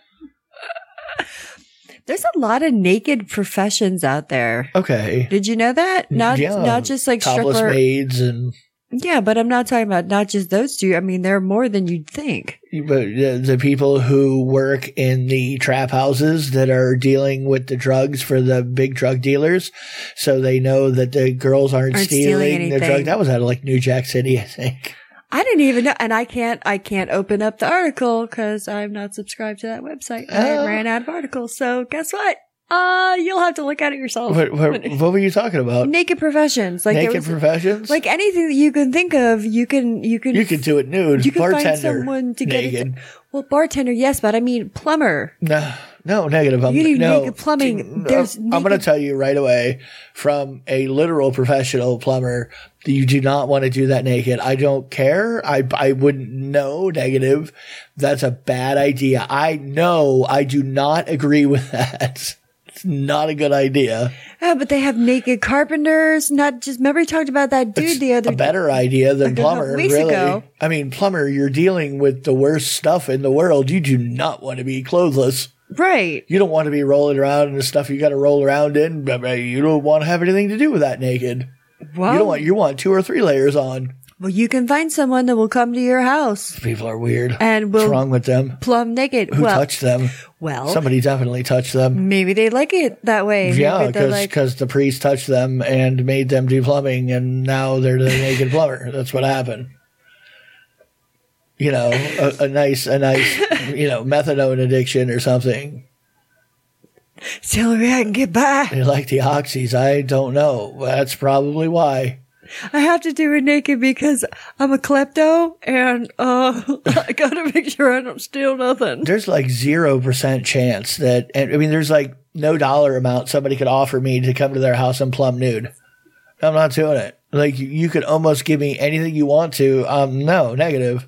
B: There's a lot of naked professions out there.
A: okay.
B: Did you know that? Not
A: Yeah.
B: not just like
A: Topless
B: stripper.
A: maids and
B: Yeah, but I'm not talking about not just those two. I mean, there are more than you'd think.
A: But the, the people who work in the trap houses that are dealing with the drugs for the big drug dealers, so they know that the girls aren't,
B: Aren't stealing
A: stealing, the drug.
B: anything.
A: That was out of like New Jack City, I think.
B: I didn't even know, and I can't. I can't open up the article because I'm not subscribed to that website.
A: Oh.
B: I ran out of articles, so guess what? Uh, you'll have to look at it yourself.
A: What, what, what were you talking about?
B: naked professions Oh. like
A: Naked
B: there was,
A: professions?
B: like anything that you can think of you can you can
A: you could do it nude.
B: you can
A: bartender.
B: find someone to get
A: naked.
B: it well bartender yes but i mean plumber
A: No, no, negative. I'm,
B: You need
A: no,
B: naked plumbing.
A: Dude,
B: There's
A: I'm, going to
B: naked-
A: tell you right away from a literal professional plumber that you do not want to do that naked. I don't care. I, I wouldn't know negative. That's a bad idea. I know I do not agree with that. It's not a good idea.
B: oh, but they have naked carpenters not just remember we talked about that dude
A: It's
B: the other
A: a better idea than
B: a couple
A: plumber,
B: weeks
A: really.
B: ago.
A: I mean, plumber, you're dealing with the worst stuff in the world. You do not want to be clothless.
B: right
A: you don't want to be rolling around in the stuff you got to roll around in. but, uh, You don't want to have anything to do with that naked.
B: well
A: You don't want you want two or three layers on.
B: well you can find someone that will come to your house
A: People are weird.
B: and
A: What's
B: will
A: wrong with them?
B: plumb naked
A: Who
B: well
A: touched them?
B: well
A: Somebody definitely touched them.
B: maybe they like it that way
A: Yeah,
B: Maybe they're
A: because
B: like
A: the priest touched them and made them do plumbing, and now they're the naked plumber. That's what happened. You know, a, a nice, a nice, you know, methadone addiction or something.
B: it's the only way i can get by
A: They like the oxys. I don't know. That's probably why.
B: i have to do it naked because i'm a klepto and uh i gotta make sure i don't steal nothing
A: there's like zero percent chance that and I mean there's like no dollar amount somebody could offer me to come to their house and plumb nude. I'm not doing it. Like you, you could almost give me anything you want to. Um, no, negative.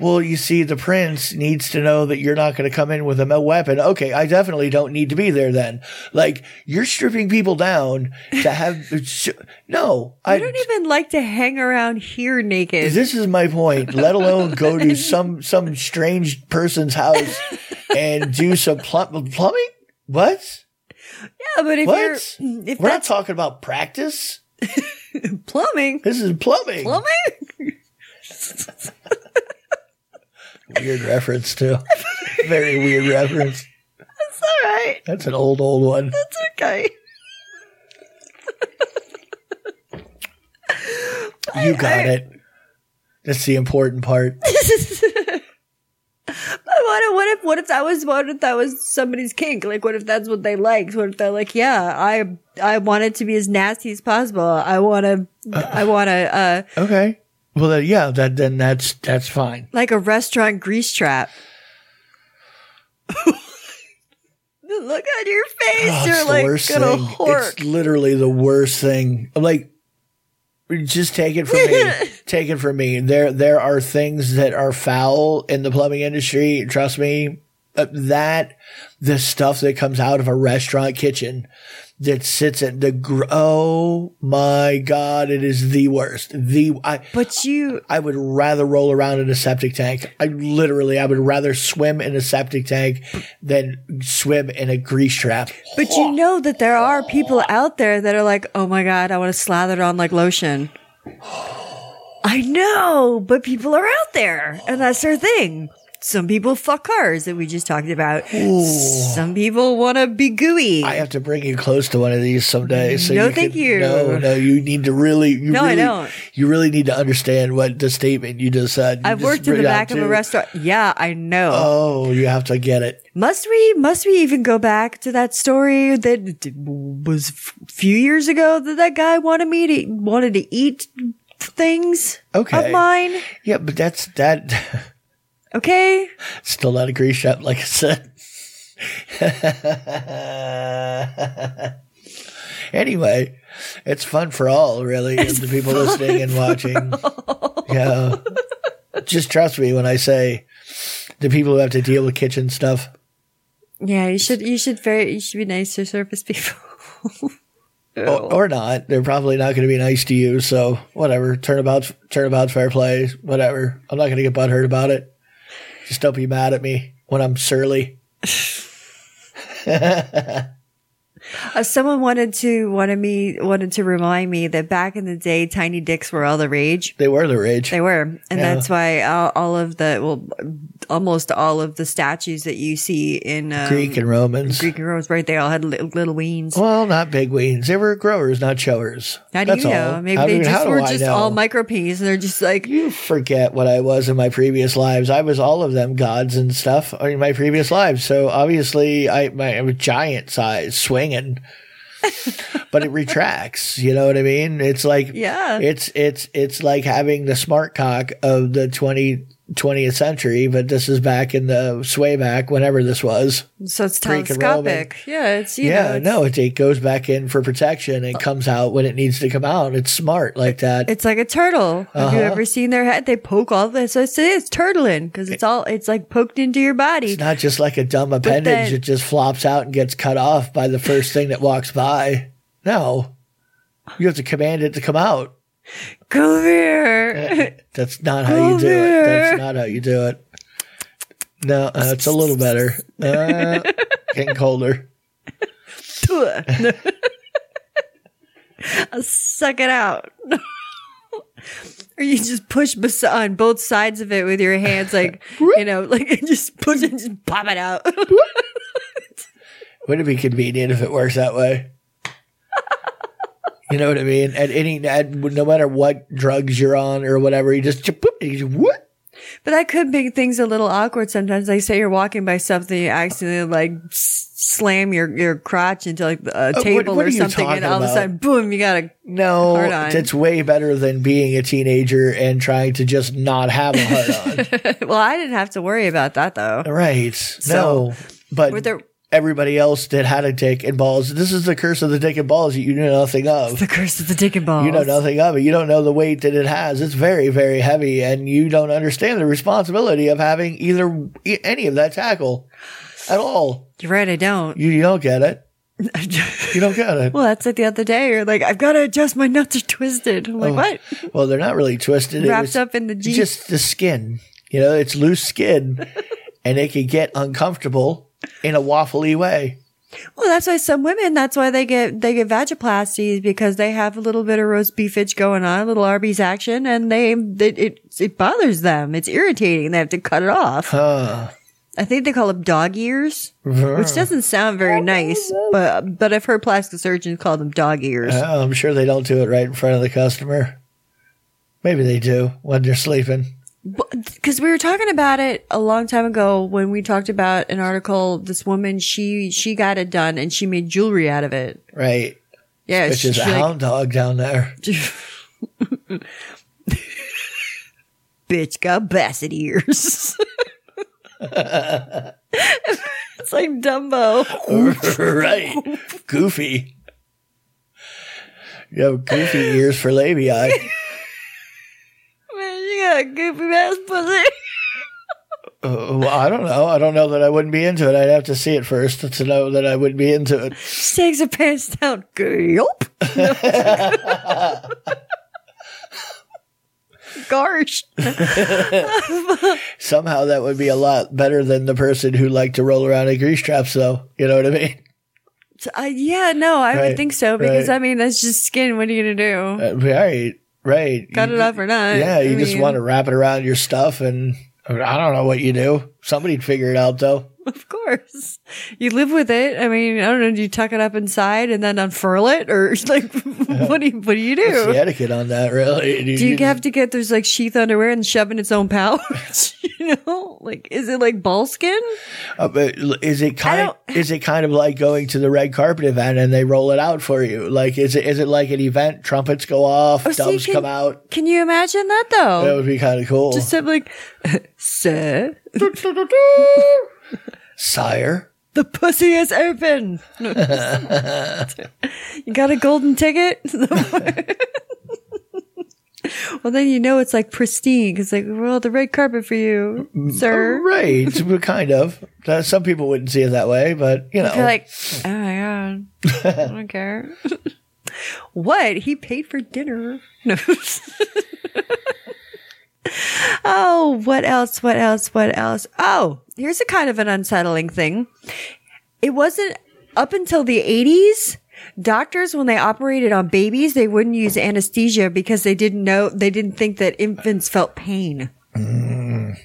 A: Well, you see, the prince needs to know that you're not going to come in with a mo- weapon. Okay, I definitely don't need to be there then. Like you're stripping people down to have. sh- no, I
B: I don't even like to hang around here naked.
A: this is my point. Let alone go to some some strange person's house and do some pl- plumbing. What?
B: yeah, but if you're mm,
A: What?
B: if
A: We're not
B: that's
A: talking about practice.
B: plumbing,
A: This is plumbing.
B: plumbing.
A: Weird reference too. Very weird reference.
B: It's all right.
A: That's an old old one.
B: It's okay.
A: You got it. That's the important part.
B: But what if, what if what if that was what if that was somebody's kink? Like, what if that's what they liked? What if they're like, yeah, I I want it to be as nasty as possible. I want to I want to uh
A: Okay. Well, then, yeah. That then that's that's fine.
B: like a restaurant grease trap. The Look on your face.
A: Oh,
B: You're
A: it's
B: like
A: the worst
B: gonna
A: thing.
B: hork.
A: It's literally the worst thing. Like, just take it from me. take it from me. There, there are things that are foul in the plumbing industry. Trust me. Uh, that the stuff that comes out of a restaurant kitchen that sits at the gr- oh my god it is the worst the I
B: But you,
A: I would rather roll around in a septic tank I literally I would rather swim in a septic tank than swim in a grease trap
B: but you know that there are people out there that are like, oh my god, I want to slather it on like lotion. I know, but people are out there, and that's their thing. Some people fuck cars that we just talked about. Some people want to be gooey.
A: I have to bring you close to one of these someday. So
B: No,
A: you
B: thank
A: can-
B: you.
A: No, no, you need to really. You
B: No, I
A: really,
B: don't.
A: You really need to understand what the statement you just said. You
B: I've
A: just
B: worked in the
A: bring it out
B: back of a
A: too.
B: restaurant. Yeah, I know.
A: Oh, you have to get it.
B: Must we? Must we even go back to that story that d- was a few years ago that that guy wanted me to wanted to eat things
A: Okay.
B: of mine?
A: Yeah, but that's that.
B: Okay,
A: Still not a grease shop, like I said. anyway, it's fun for all, really, and the people listening and watching. Yeah, just trust me when I say the people who have to deal with kitchen stuff.
B: yeah, you should you should very you should be nice to service people.
A: or, or not. They're probably not going to be nice to you. So whatever. Turnabout's turnabout's fair play. Whatever. I'm not going to get butthurt about it. Just don't be mad at me when I'm surly.
B: Uh, someone wanted to wanted me wanted to remind me that back in the day, tiny dicks were all the rage.
A: They were the rage.
B: They were, and that's why all, all of the well, almost all of the statues that you see in um,
A: Greek and Romans.
B: Greek and Romans, right? They all had li- little weens.
A: Well, not big weens. They were growers, not showers.
B: How do
A: That's
B: you
A: all.
B: know? Maybe
A: How
B: they
A: do- how
B: just
A: do
B: were
A: I
B: just
A: know?
B: all micro peas and they're just like,
A: You forget what I was in my previous lives. I was all of them gods and stuff in my previous lives. So obviously, I my I'm a giant size swinging, but it retracts. You know what I mean? It's like
B: Yeah.
A: it's it's it's like having the smart cock of the 20, 20th century, but this is back in the sway back whenever this was.
B: so it's
A: Greek and Roman.
B: telescopic. Yeah, it's, you know,
A: Yeah,
B: it's, Oh.
A: no, it, it goes back in for protection. It comes out when it needs to come out. It's smart like that.
B: it's like a turtle. Have
A: Uh-huh.
B: you ever seen their head? They poke all this. So I say it's turtling because it's all, it's like poked into your body.
A: It's not just like a dumb appendage.
B: then-
A: it just flops out and gets cut off by the first thing that walks by. No. You have to command it to come out.
B: Come here.
A: That's not how you do it. That's not how you do it. No, uh, it's a little better. Uh, getting colder.
B: Suck it out. Or you just push bes- on both sides of it with your hands, like you know, like just push it, just pop it out.
A: Wouldn't it be convenient if it works that way? You know what I mean? At any, at, no matter what drugs you're on or whatever, you just, you just what?
B: But that could make things a little awkward sometimes. Like, say you're walking by something, you accidentally like s- slam your, your crotch into like a
A: what-
B: table
A: what are
B: or
A: you
B: something, and
A: talking
B: all of a
A: about?
B: sudden, boom, you gotta.
A: No,
B: Hard on.
A: that's way better than being a teenager and trying to just not have a hard
B: Well, I didn't have to worry about that though.
A: on. right.
B: So,
A: no. But
B: But there,
A: everybody else that had a dick and balls, this is the curse of the dick and balls that you know nothing of.
B: the curse of the dick and balls.
A: You know nothing of it. You don't know the weight that it has. It's very, very heavy, and you don't understand the responsibility of having either e- any of that tackle at all.
B: You're right, I don't.
A: You, you don't get it. You don't get it.
B: well, that's it. The other day, you're like, I've got to adjust my nuts are twisted. I'm like, what?
A: Well, they're not really twisted. It
B: Wrapped
A: was
B: up in the jeans.
A: Just the skin. You know, it's loose skin, and it can get uncomfortable in a waffly way.
B: Well, that's why some women. That's why they get they get vagoplasties because they have a little bit of roast beefage going on, a little Arby's action, and they it it, it bothers them. It's irritating. They have to cut it off.
A: Uh,
B: I think they call them dog ears, which doesn't sound very nice. But but I've heard plastic surgeons call them dog ears.
A: Oh, I'm sure they don't do it right in front of the customer. Maybe they do when they're sleeping.
B: because we were talking about it a long time ago when we talked about an article. This woman she she got it done and she made jewelry out of it.
A: Right.
B: Yeah,
A: Which is
B: she-
A: a
B: she, like,
A: hound dog down there.
B: bitch got basset ears. it's like Dumbo.
A: right. Goofy. You have goofy ears for labia.
B: Man, you got a goofy ass pussy.
A: Uh, well, I don't know. I don't know that I wouldn't be into it. I'd have to see it first to know that I wouldn't be into it.
B: She takes her pants down. Gulp. Gosh.
A: Somehow that would be a lot better than the person who liked to roll around in grease traps, though. You know what I mean?
B: Uh, yeah, no, I would
A: Right,
B: think so because
A: right.
B: I mean that's just skin. What are you gonna do?
A: Uh, right, right.
B: Cut
A: You-
B: it off or not?
A: Yeah, you just want
B: to,
A: to wrap it around your stuff, and I mean, I don't know what you do. Somebody'd figure it out, though.
B: of course. You live with it. I mean, I don't know. Do you tuck it up inside and then unfurl it, or like, what do you, what do you
A: What's
B: do?
A: the etiquette on that, really?
B: Do you have to get those like sheath underwear and shove in its own pouch? you know, like is it like ball skin?
A: Uh, but l- is it kind?
B: don't-
A: Is it kind of like going to the red carpet event and they roll it out for you? Like, is it is it like an event? Trumpets go off,
B: Oh, so you
A: doves
B: can-
A: come out.
B: Can you imagine that
A: That
B: though?
A: would be kind of cool,
B: Just have like, sir,
A: sire.
B: the pussy is open. you got a golden ticket? well, then you know it's like pristine because like we rolled the red carpet for you,
A: Oh,
B: sir.
A: Right, but kind of. Uh, Some people wouldn't see it that way, but you know,
B: You're like, oh my god, I don't care. what he paid for dinner? No. oh, what else? What else? What else? Oh, here's a kind of an unsettling thing. It wasn't up until the 80s. Doctors, when they operated on babies, they wouldn't use anesthesia because they didn't know, they didn't think that infants felt pain.
A: Mm.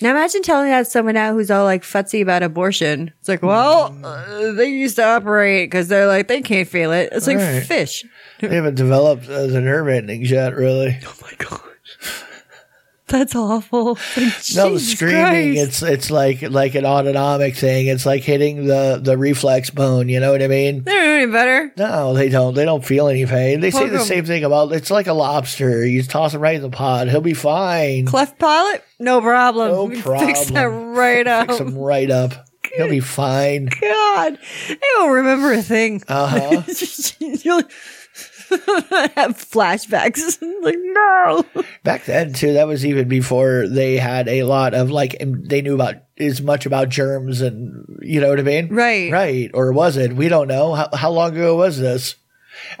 B: Now imagine telling that to someone out who's all like futzy about abortion. It's like, well, uh, they used to operate because they're like they can't feel it. It's like
A: Right.
B: fish.
A: they haven't developed uh, the nerve endings yet, really.
B: Oh my gosh. That's awful. Like,
A: No, the
B: Jesus
A: screaming.
B: Christ.
A: It's it's like like an autonomic thing. It's like hitting the the reflex bone. You know what I mean?
B: they don't know any better.
A: No, they don't. They don't feel any pain. They say
B: Poke
A: the
B: 'em.
A: same thing about it's like a lobster. You toss him right in the pot. He'll be fine.
B: Cleft pilot? No problem.
A: No
B: We can Fix that
A: problem.
B: right up.
A: Fix him right up. He'll be fine.
B: God. They don't remember a thing.
A: Uh huh.
B: You'll have flashbacks. like, no.
A: Back then too, that was even before they had a lot of like em- they knew about as much about germs and you know what I mean,
B: Right.
A: Right, or was it? We don't know. How how long ago was this?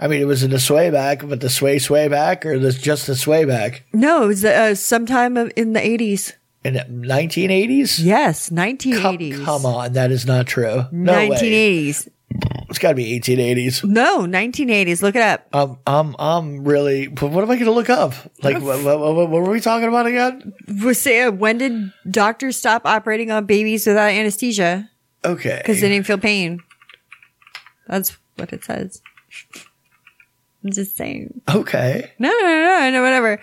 A: I mean, it was in the sway back, but the sway sway back, or this just the sway back
B: No, it was uh, sometime of- in the 80s.
A: in the 1980s.
B: Yes,
A: Come,
B: 1980s.
A: come on, that is not true. No way.
B: 1980s.
A: It's got to be 1880s.
B: No, 1980s. Look it up.
A: Um, I'm, I'm really. But what am I going to look up? Like, what, what, what, what were we talking about again?
B: We say, uh, When did doctors stop operating on babies without anesthesia?
A: Okay.
B: Because they didn't feel pain. That's what it says. I'm just saying.
A: okay.
B: No, no, no, no, no, whatever.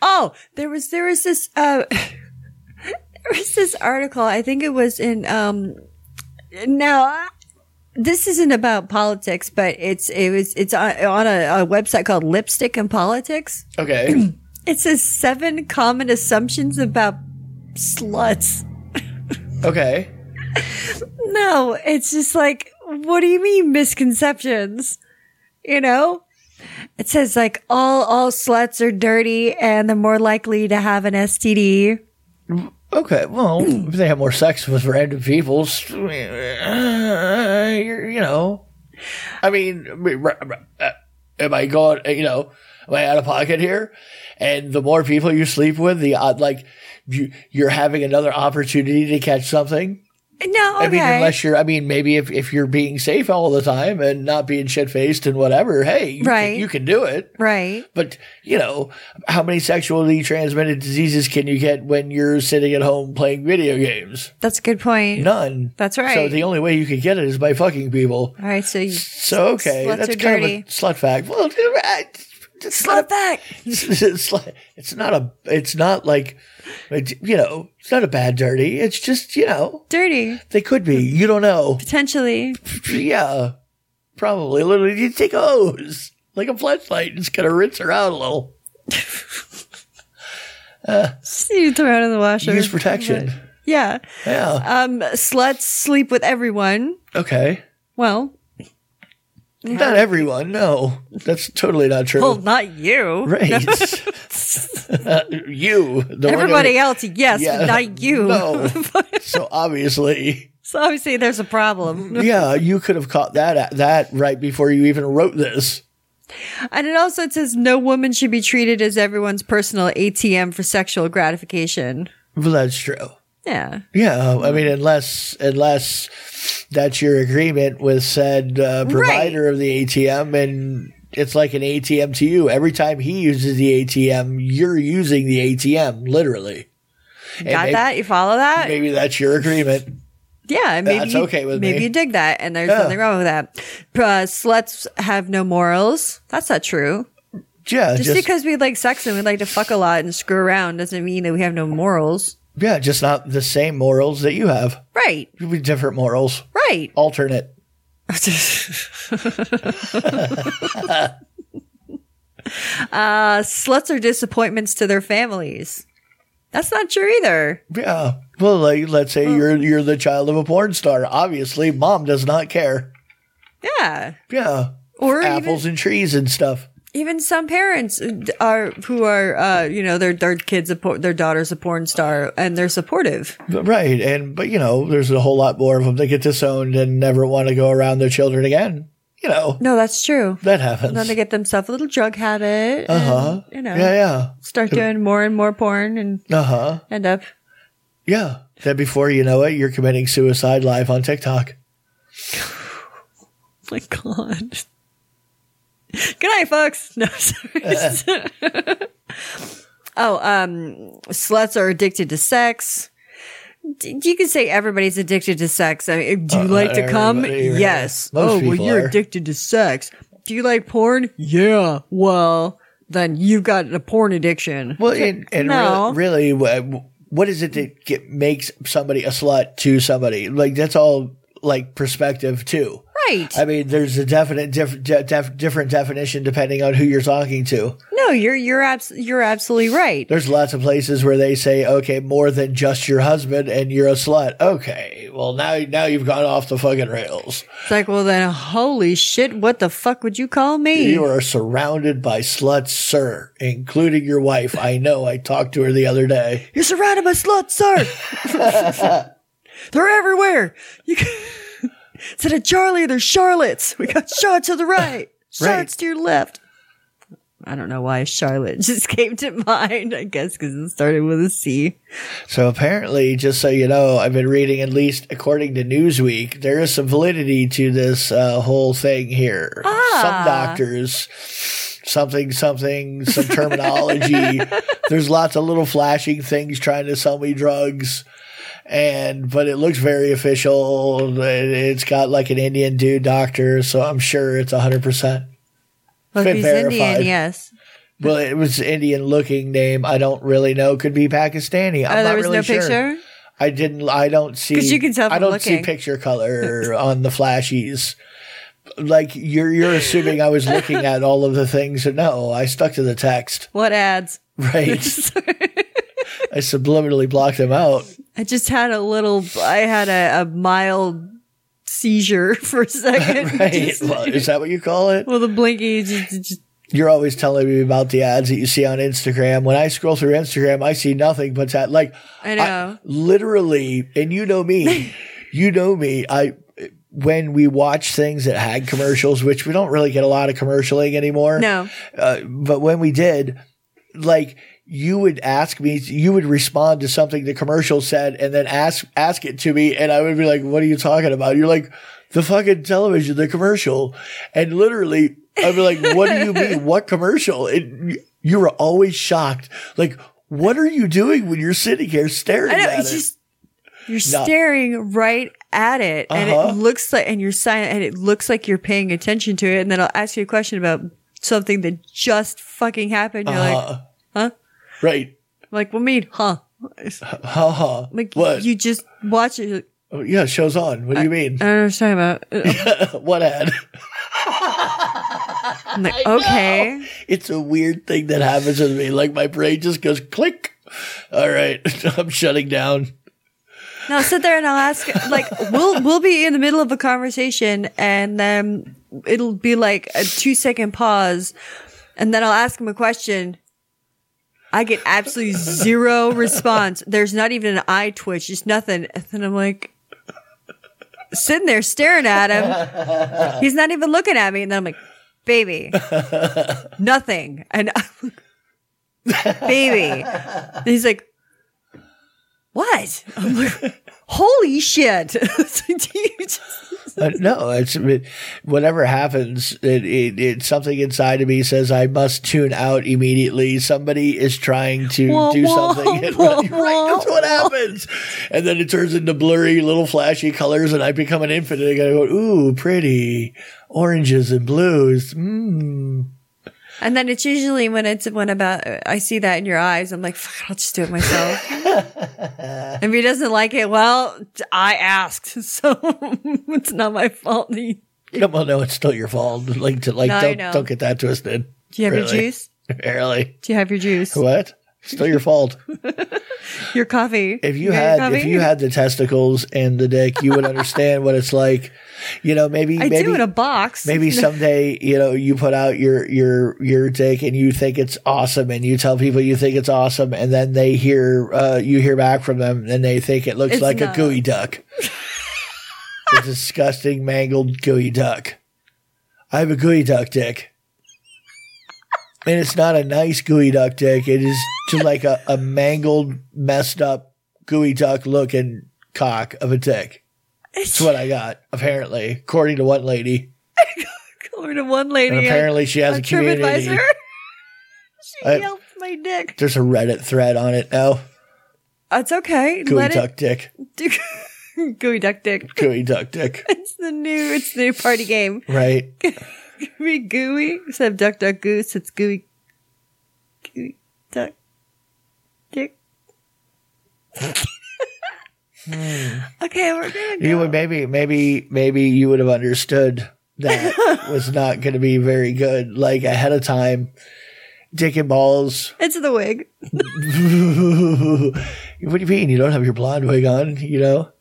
B: Oh, there was there was this uh there was this article. I think it was in um now I- this isn't about politics, but it's it was it's on, on a, a website called Lipstick and Politics.
A: Okay.
B: It says seven common assumptions about sluts.
A: okay.
B: No, it's just like, what do you mean misconceptions? You know? It says like all all sluts are dirty and they're more likely to have an STD.
A: Okay. Well, if they have more sex with random people, s- uh, you're- you know. I mean, I mean, r- r- uh, am I going? uh, You know, am I out of pocket here? And the more people you sleep with, the odd, like you, you're having another opportunity to catch something.
B: No, okay.
A: I mean, unless you're, I mean, maybe if, if you're being safe all the time and not being shit faced and whatever, hey, you,
B: Right.
A: can, you can do it.
B: right.
A: But, you know, how many sexually transmitted diseases can you get when you're sitting at home playing video games?
B: That's a good point.
A: None.
B: That's right.
A: So the only way you could get it is by fucking people.
B: all right, so you
A: So, okay,
B: Sluts
A: that's
B: are
A: kind
B: dirty.
A: of a slut fact. Well, it's not
B: slut
A: a-
B: back.
A: it's like it's not a it's not like it's, you know it's not a bad dirty it's just you know
B: Dirty,
A: they could be you don't know
B: potentially.
A: yeah, probably. Literally, you take a hose, like a flashlight, and just kind of rinse her out a little.
B: Just need to throw it in the washer.
A: Use protection.
B: Yeah.
A: Yeah.
B: Um sluts sleep with everyone.
A: Okay.
B: Well,
A: Not everyone. No, that's totally not true.
B: Well, not you.
A: right. Uh, you. the one
B: Everybody
A: who-
B: else, yes,
A: Yeah.
B: but not you.
A: No. so obviously,
B: So obviously, there's a problem.
A: yeah, you could have caught that that right before you even wrote this.
B: And it also it says no woman should be treated as everyone's personal ATM for sexual gratification.
A: Well, that's true.
B: Yeah.
A: Yeah, I mean, unless unless that's your agreement with said uh, provider of the ATM, and it's like an ATM to you. Every time he uses the ATM, you're using the ATM literally. And
B: Got
A: may-
B: that? You follow that?
A: Maybe that's your agreement.
B: yeah. and Maybe
A: that's
B: you-
A: okay with
B: Maybe
A: me.
B: you dig that, and there's
A: Yeah.
B: nothing wrong with that. Uh, sluts have no morals. That's not true.
A: Yeah,
B: Just,
A: just,
B: because we like sex and we like to fuck a lot and screw around doesn't mean that we have no morals.
A: yeah, just not the same morals that you have.
B: Right.
A: It'd be different morals,
B: Right.
A: alternate.
B: uh, sluts are disappointments to their families. That's not true either.
A: Yeah. Well, like let's say you're you're the child of a porn star. Obviously, mom does not care.
B: Yeah.
A: Yeah.
B: Or
A: Apples and trees and stuff.
B: even even some parents are who are uh, you know their their kids a por- their daughter's a porn star and they're supportive.
A: But- Right. And, but, you know, there's a whole lot more of them that get disowned and never want to go around their children again. You know,
B: No, that's true.
A: that happens.
B: Then they get themselves a little drug habit. Uh huh. You know,
A: Uh-huh. yeah,
B: start doing more and more porn and
A: yeah. Uh huh.
B: end up.
A: Yeah. Then before you know it, you're committing suicide live on TikTok.
B: Oh my God. Good night, folks. No, sorry. oh, um, sluts are addicted to sex. D- You can say everybody's addicted to sex. I mean, do you like to
A: Uh,
B: come?
A: everybody, right.
B: Yes.
A: Most
B: oh, well,
A: people
B: you're
A: are.
B: addicted to sex. Do you like porn? Yeah. Well, then you've got a porn addiction.
A: Well, and, and
B: No.
A: really, really, wha- what is it that get, makes somebody a slut to somebody? Like, that's all like perspective, too.
B: right.
A: I mean, there's a definite diff- de- def- different definition depending on who you're talking to.
B: no, you're you're abs- you're absolutely right.
A: There's lots of places where they say, okay, more than just your husband and you're a slut. Okay, well now now you've gone off the fucking rails.
B: It's like, well, then, holy shit, what the fuck would you call me?
A: You are surrounded by sluts, sir, including your wife. I know. I talked to her the other day.
B: You're surrounded by sluts, sir. they're everywhere. You can- instead of Charlie, they're Charlottes. We got Charlotte to the right, Charlotte's to your left. I don't know why Charlotte just came to mind. I guess because it started with a C.
A: So apparently, just so you know, I've been reading at least according to Newsweek, there is some validity to this uh, whole thing here.
B: Ah.
A: Some doctors, something, something, some terminology. There's lots of little flashing things trying to sell me drugs. and but it looks very official. It- It's got like an Indian dude doctor, so I'm sure it's 100%.
B: Well,
A: Been
B: he's Indian,
A: verified.
B: yes.
A: Well, it was Indian looking name. I don't really know. Could be Pakistani. I'm
B: Oh,
A: not
B: there was
A: really
B: no
A: sure.
B: picture.
A: I didn't. I don't see.
B: 'Cause you can tell
A: I
B: from
A: don't see
B: looking.
A: picture color on the flashies. Like you're you're assuming I was looking at all of the things. No, I stuck to the text.
B: What ads?
A: Right. I subliminally blocked them out.
B: I just had a little. I had a, a mild seizure for a second.
A: Right. Well, is that what you call it?
B: Well, the blinky just, just
A: you're always telling me about the ads that you see on Instagram. When I scroll through Instagram, I see nothing but that. Like,
B: I know.
A: literally, and you know me, you know me. I when we watch things that had commercials, which we don't really get a lot of commercialing anymore.
B: no.
A: uh, but when we did, like. You would ask me, you would respond to something the commercial said and then ask, ask it to me. And I would be like, what are you talking about? You're like, the fucking television, the commercial. And literally, I'd be like, what do you mean? What commercial? And y- you were always shocked. Like, what are you doing when you're sitting here staring
B: I know.
A: at
B: It's
A: it?
B: just you're staring right at it, and
A: Uh-huh.
B: it looks like, and you're silent, and it looks like you're paying attention to it. And then I'll ask you a question about something that just fucking happened. You're like,
A: Uh, right.
B: I'm like, what mean? Huh?
A: Ha ha.
B: I'm Like
A: Uh-huh. What?
B: you just watch it. you're like,
A: Oh, yeah, show's on. What do you mean?
B: I don't know what you're talking about.
A: what ad?
B: I'm like, okay.
A: It's a weird thing that happens with me. Like my brain just goes click. All right, I'm shutting down.
B: No, I'll sit there and I'll ask. Like, we'll we'll be in the middle of a conversation, and then it'll be like a two second pause and then I'll ask him a question. I get absolutely zero response. There's not even an eye twitch, just nothing. And then I'm like sitting there staring at him. He's not even looking at me. And then I'm like, baby, nothing. And I'm like, baby. And he's like, what? I'm like, holy shit. It's like, do you just-
A: Uh, no, it's it, whatever happens. It, it, it something inside of me says I must tune out immediately. Somebody is trying to
B: Wah,
A: do
B: wah,
A: something. And
B: wah,
A: right, right, that's
B: wah,
A: what happens. And then it turns into blurry little flashy colors, and I become an infant. And I go, ooh, pretty oranges and blues. Mm.
B: And then it's usually when it's when about I see that in your eyes, I'm like, fuck, I'll just do it myself. if he doesn't like it, well, I asked, so it's not my fault. Do you
A: No, well, no, it's still your fault. Like, to, like,
B: No, I
A: don't
B: know.
A: don't get that twisted.
B: do you have
A: Really.
B: your juice?
A: Really?
B: Do you have your juice?
A: What? Still your fault.
B: Your coffee?
A: If you
B: got your
A: had if
B: coffee?
A: you had the testicles and the dick, you would understand what it's like. You know, maybe
B: I do
A: maybe
B: in a box.
A: maybe someday you know you put out your your your dick and you think it's awesome and you tell people you think it's awesome and then they hear uh, you hear back from them and they think it looks
B: It's
A: like
B: not.
A: a gooey duck, a disgusting mangled gooey duck. I have a gooey duck dick. And it's not a nice gooey duck dick. It is just like a, a mangled, messed up gooey duck looking cock of a dick. That's what I got, apparently, according to one lady.
B: Over to one lady.
A: And apparently she has
B: on
A: a community. Uh,
B: TripAdvisor. she
A: I-
B: yelped my dick.
A: There's a Reddit thread on it now.
B: It's okay.
A: Gooey
B: Let
A: duck dick.
B: it. Gooey duck dick.
A: Gooey duck dick.
B: It's the new. It's the new party game.
A: Right?
B: be gooey instead of duck duck goose it's gooey gooey duck dick okay we're gonna
A: Hmm. You
B: go.
A: would maybe maybe maybe you would have understood that was not gonna be very good, like ahead of time. Dick and balls.
B: it's the wig
A: what do you mean? You don't have your blonde wig on, you know?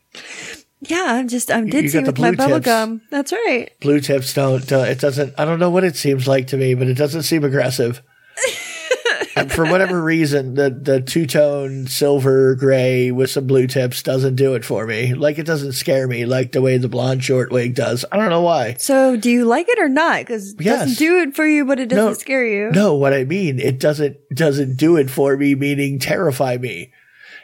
B: yeah i'm just i'm ditzy
A: got the
B: with my
A: blue
B: bubble
A: tips.
B: gum that's right
A: Blue tips don't, uh, it doesn't, I don't know what it seems like to me, but it doesn't seem aggressive. and for whatever reason, the, the two tone silver gray with some blue tips doesn't do it for me. Like it doesn't scare me like the way the blonde short wig does. I don't know why.
B: so do you like it or not because it doesn't
A: Yes.
B: do it for you but it doesn't
A: No.
B: scare you
A: No, what I mean, it doesn't, doesn't do it for me, meaning terrify me.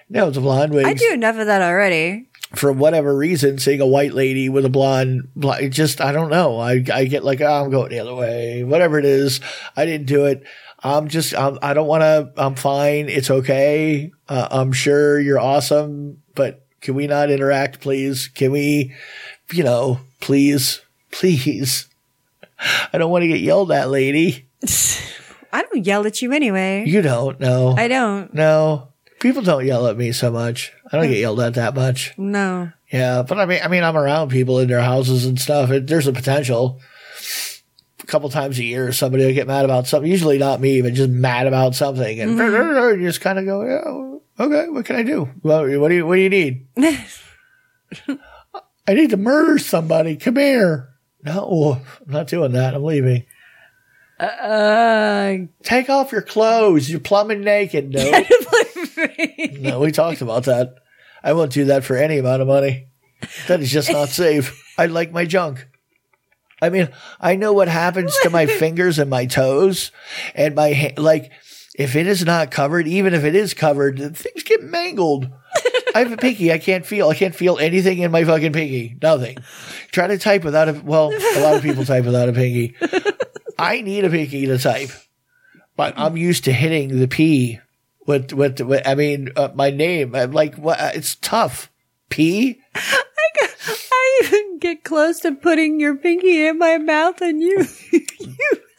A: No, the blonde wig.
B: i do enough of that already
A: for whatever reason, seeing a white lady with a blonde, blonde just I don't know. I I get like oh, I'm going the other way. Whatever it is, I didn't do it. I'm just I'm, I don't want to. I'm fine. It's okay. Uh, I'm sure you're awesome, but can we not interact, please? Can we, you know, please, please? I don't want to get yelled at, lady.
B: i don't yell at you anyway
A: You don't know.
B: i don't
A: no. People don't yell at me so much. I don't get yelled at that much.
B: no
A: Yeah, but I mean, I mean, I'm around people in their houses and stuff. It, there's a potential. A couple times a year, somebody will get mad about something. Usually not me, but just mad about something, and you just kind of go, "Yeah, well, okay, what can I do? Well, what do you What do you need? I need to murder somebody. Come here. No, I'm not doing that. I'm leaving.
B: uh
A: Take off your clothes. You're plumbing naked. No, no, we talked about that. I won't do that for any amount of money. That is just not safe. I like my junk. I mean, I know what happens to my fingers and my toes and my ha- like if it is not covered, even if it is covered, things get mangled. I have a pinky. I can't feel. I can't feel anything in my fucking pinky. Nothing. Try to type without a well, a lot of people type without a pinky. I need a pinky to type. But I'm used to hitting the P with with, with I mean uh, my name. I'm like what it's tough. P?
B: I even get close to putting your pinky in my mouth, and you, you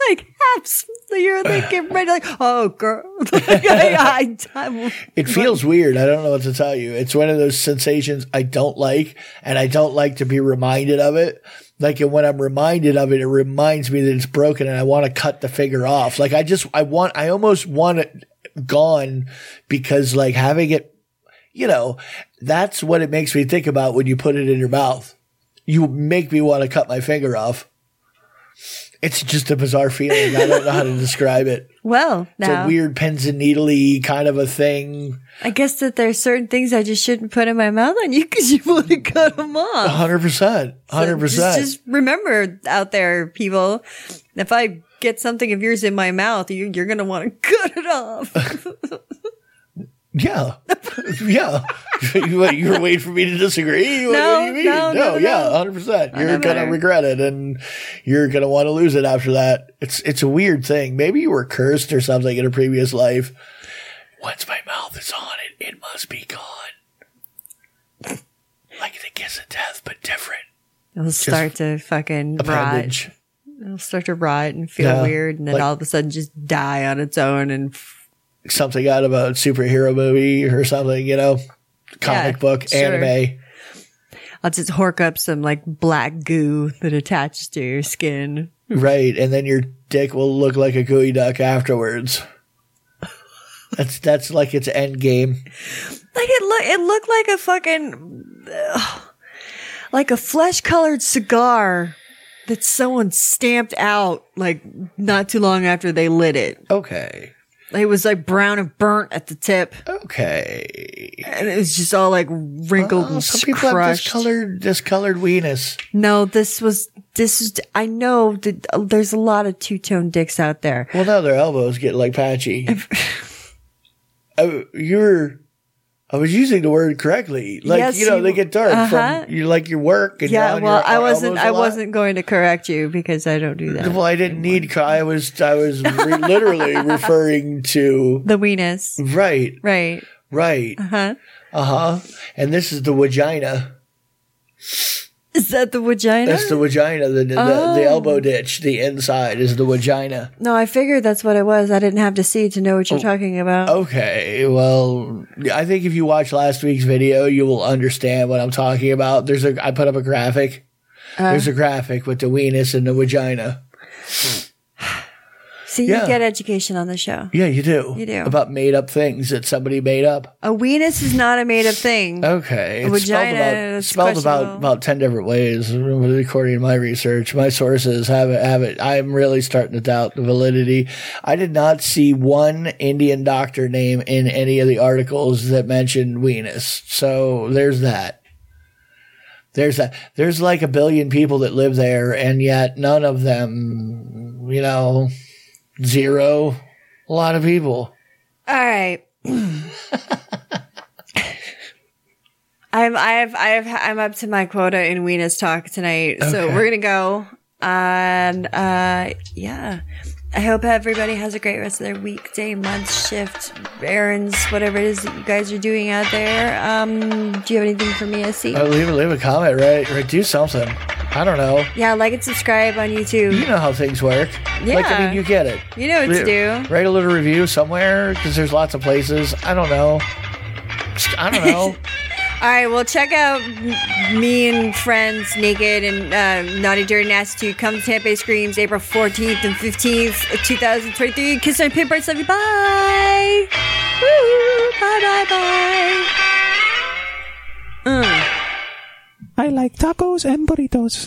B: like have some, you're thinking right like, oh girl, like, I, I,
A: It feels weird. I don't know what to tell you. It's one of those sensations I don't like, and I don't like to be reminded of it. Like, and when I'm reminded of it, it reminds me that it's broken, and I want to cut the finger off. Like, I just, I want, I almost want it gone because, like, having it, you know, that's what it makes me think about when you put it in your mouth. You make me want to cut my finger off. It's just a bizarre feeling. I don't know how to describe it.
B: Well,
A: It's
B: now
A: a weird pins and needly kind of a thing.
B: I guess that there's certain things I just shouldn't put in my mouth on you because you want to cut them off.
A: Hundred percent. Hundred
B: Just,
A: percent.
B: just remember out there, people, if I get something of yours in my mouth, you, you're going to want to cut it off.
A: Yeah. yeah. you, what, you were waiting for me to disagree? What,
B: No,
A: do you mean?
B: no, no, no,
A: yeah,
B: no.
A: 100%. You're
B: never.
A: going to regret it and you're going to want to lose it after that. It's it's a weird thing. Maybe you were cursed or something in a previous life. Once my mouth is on it, it must be gone. Like the kiss of death, but different.
B: It'll start to fucking rot.
A: Appendage.
B: It'll start to rot and feel
A: Yeah,
B: weird, and then
A: like-
B: all of a sudden just die on its own. And
A: Something out of a superhero movie or something, you know? Comic
B: Yeah,
A: book,
B: sure.
A: anime.
B: I'll just hork up some like black goo that attaches to your skin.
A: Right, and then your dick will look like a gooey duck afterwards. That's that's like its end game.
B: Like it look, it looked like a fucking, ugh, like a flesh colored cigar that someone stamped out like not too long after they lit it.
A: Okay.
B: It was like brown and burnt at the tip,
A: Okay.
B: and it was just all like wrinkled
A: Oh,
B: and
A: some people have
B: crushed.
A: discolored discolored weenus.
B: No, this was this is. I know that uh, there's a lot of two tone dicks out there.
A: Well now their elbows get like patchy. I, you're I was using the word correctly. Like
B: Yes,
A: you know,
B: you-
A: they get dark
B: uh-huh.
A: from you like your work and
B: Yeah,
A: down
B: well,
A: your
B: I
A: el-
B: wasn't.
A: elbows a
B: I
A: lot.
B: wasn't going to correct you because I don't do that.
A: well, I didn't need. cor- I was. I was re- literally referring to
B: The weenus,
A: right,
B: right?
A: right.
B: Huh?
A: Uh huh. And this is the vagina.
B: Is that the vagina?
A: That's the vagina. The the,
B: Oh.
A: the elbow ditch. The inside is the vagina.
B: no, I figured that's what it was. I didn't have to see to know what
A: Oh.
B: you're talking about.
A: Okay. Well, I think if you watch last week's video, you will understand what I'm talking about. There's a. I put up a graphic.
B: Uh.
A: There's a graphic with the weenus and the vagina.
B: See,
A: yeah.
B: you get education on the show.
A: Yeah, you do.
B: You do.
A: about made up things that somebody made up.
B: A weenus is not a made up thing.
A: Okay,
B: A
A: it's
B: vagina, it's
A: spelled about spelled about
B: questionable.
A: about ten different ways. According to my research, my sources have it. Have it. I'm really starting to doubt the validity. I did not see one Indian doctor name in any of the articles that mentioned weenus. So there's that. There's that. There's like a billion people that live there, and yet none of them, you know, zero. A lot of people.
B: All right. I'm I've I've I'm up to my quota in Weena's talk tonight, so
A: Okay.
B: we're gonna go. And uh, yeah, I hope everybody has a great rest of their weekday, month, shift, errands, whatever it is that you guys are doing out there. Um, do you have anything for me, SC?
A: Oh, leave a leave a comment, right? Or do something. I don't know.
B: yeah, like and subscribe on
A: You
B: YouTube.
A: know how things work. Like, I
B: Yeah.
A: mean, you get it.
B: You know what to do.
A: Write a little review somewhere because there's lots of places. I don't know. Just- I don't know.
B: All right, well, check out m- me and friends naked and uh, Naughty Dirty Nasty 2 Come Tampa Screams April 14th and 15th, 2023. Kiss and pin parts. Love you. Bye. Woo. Bye, bye, bye. Mm.
E: I like tacos and burritos.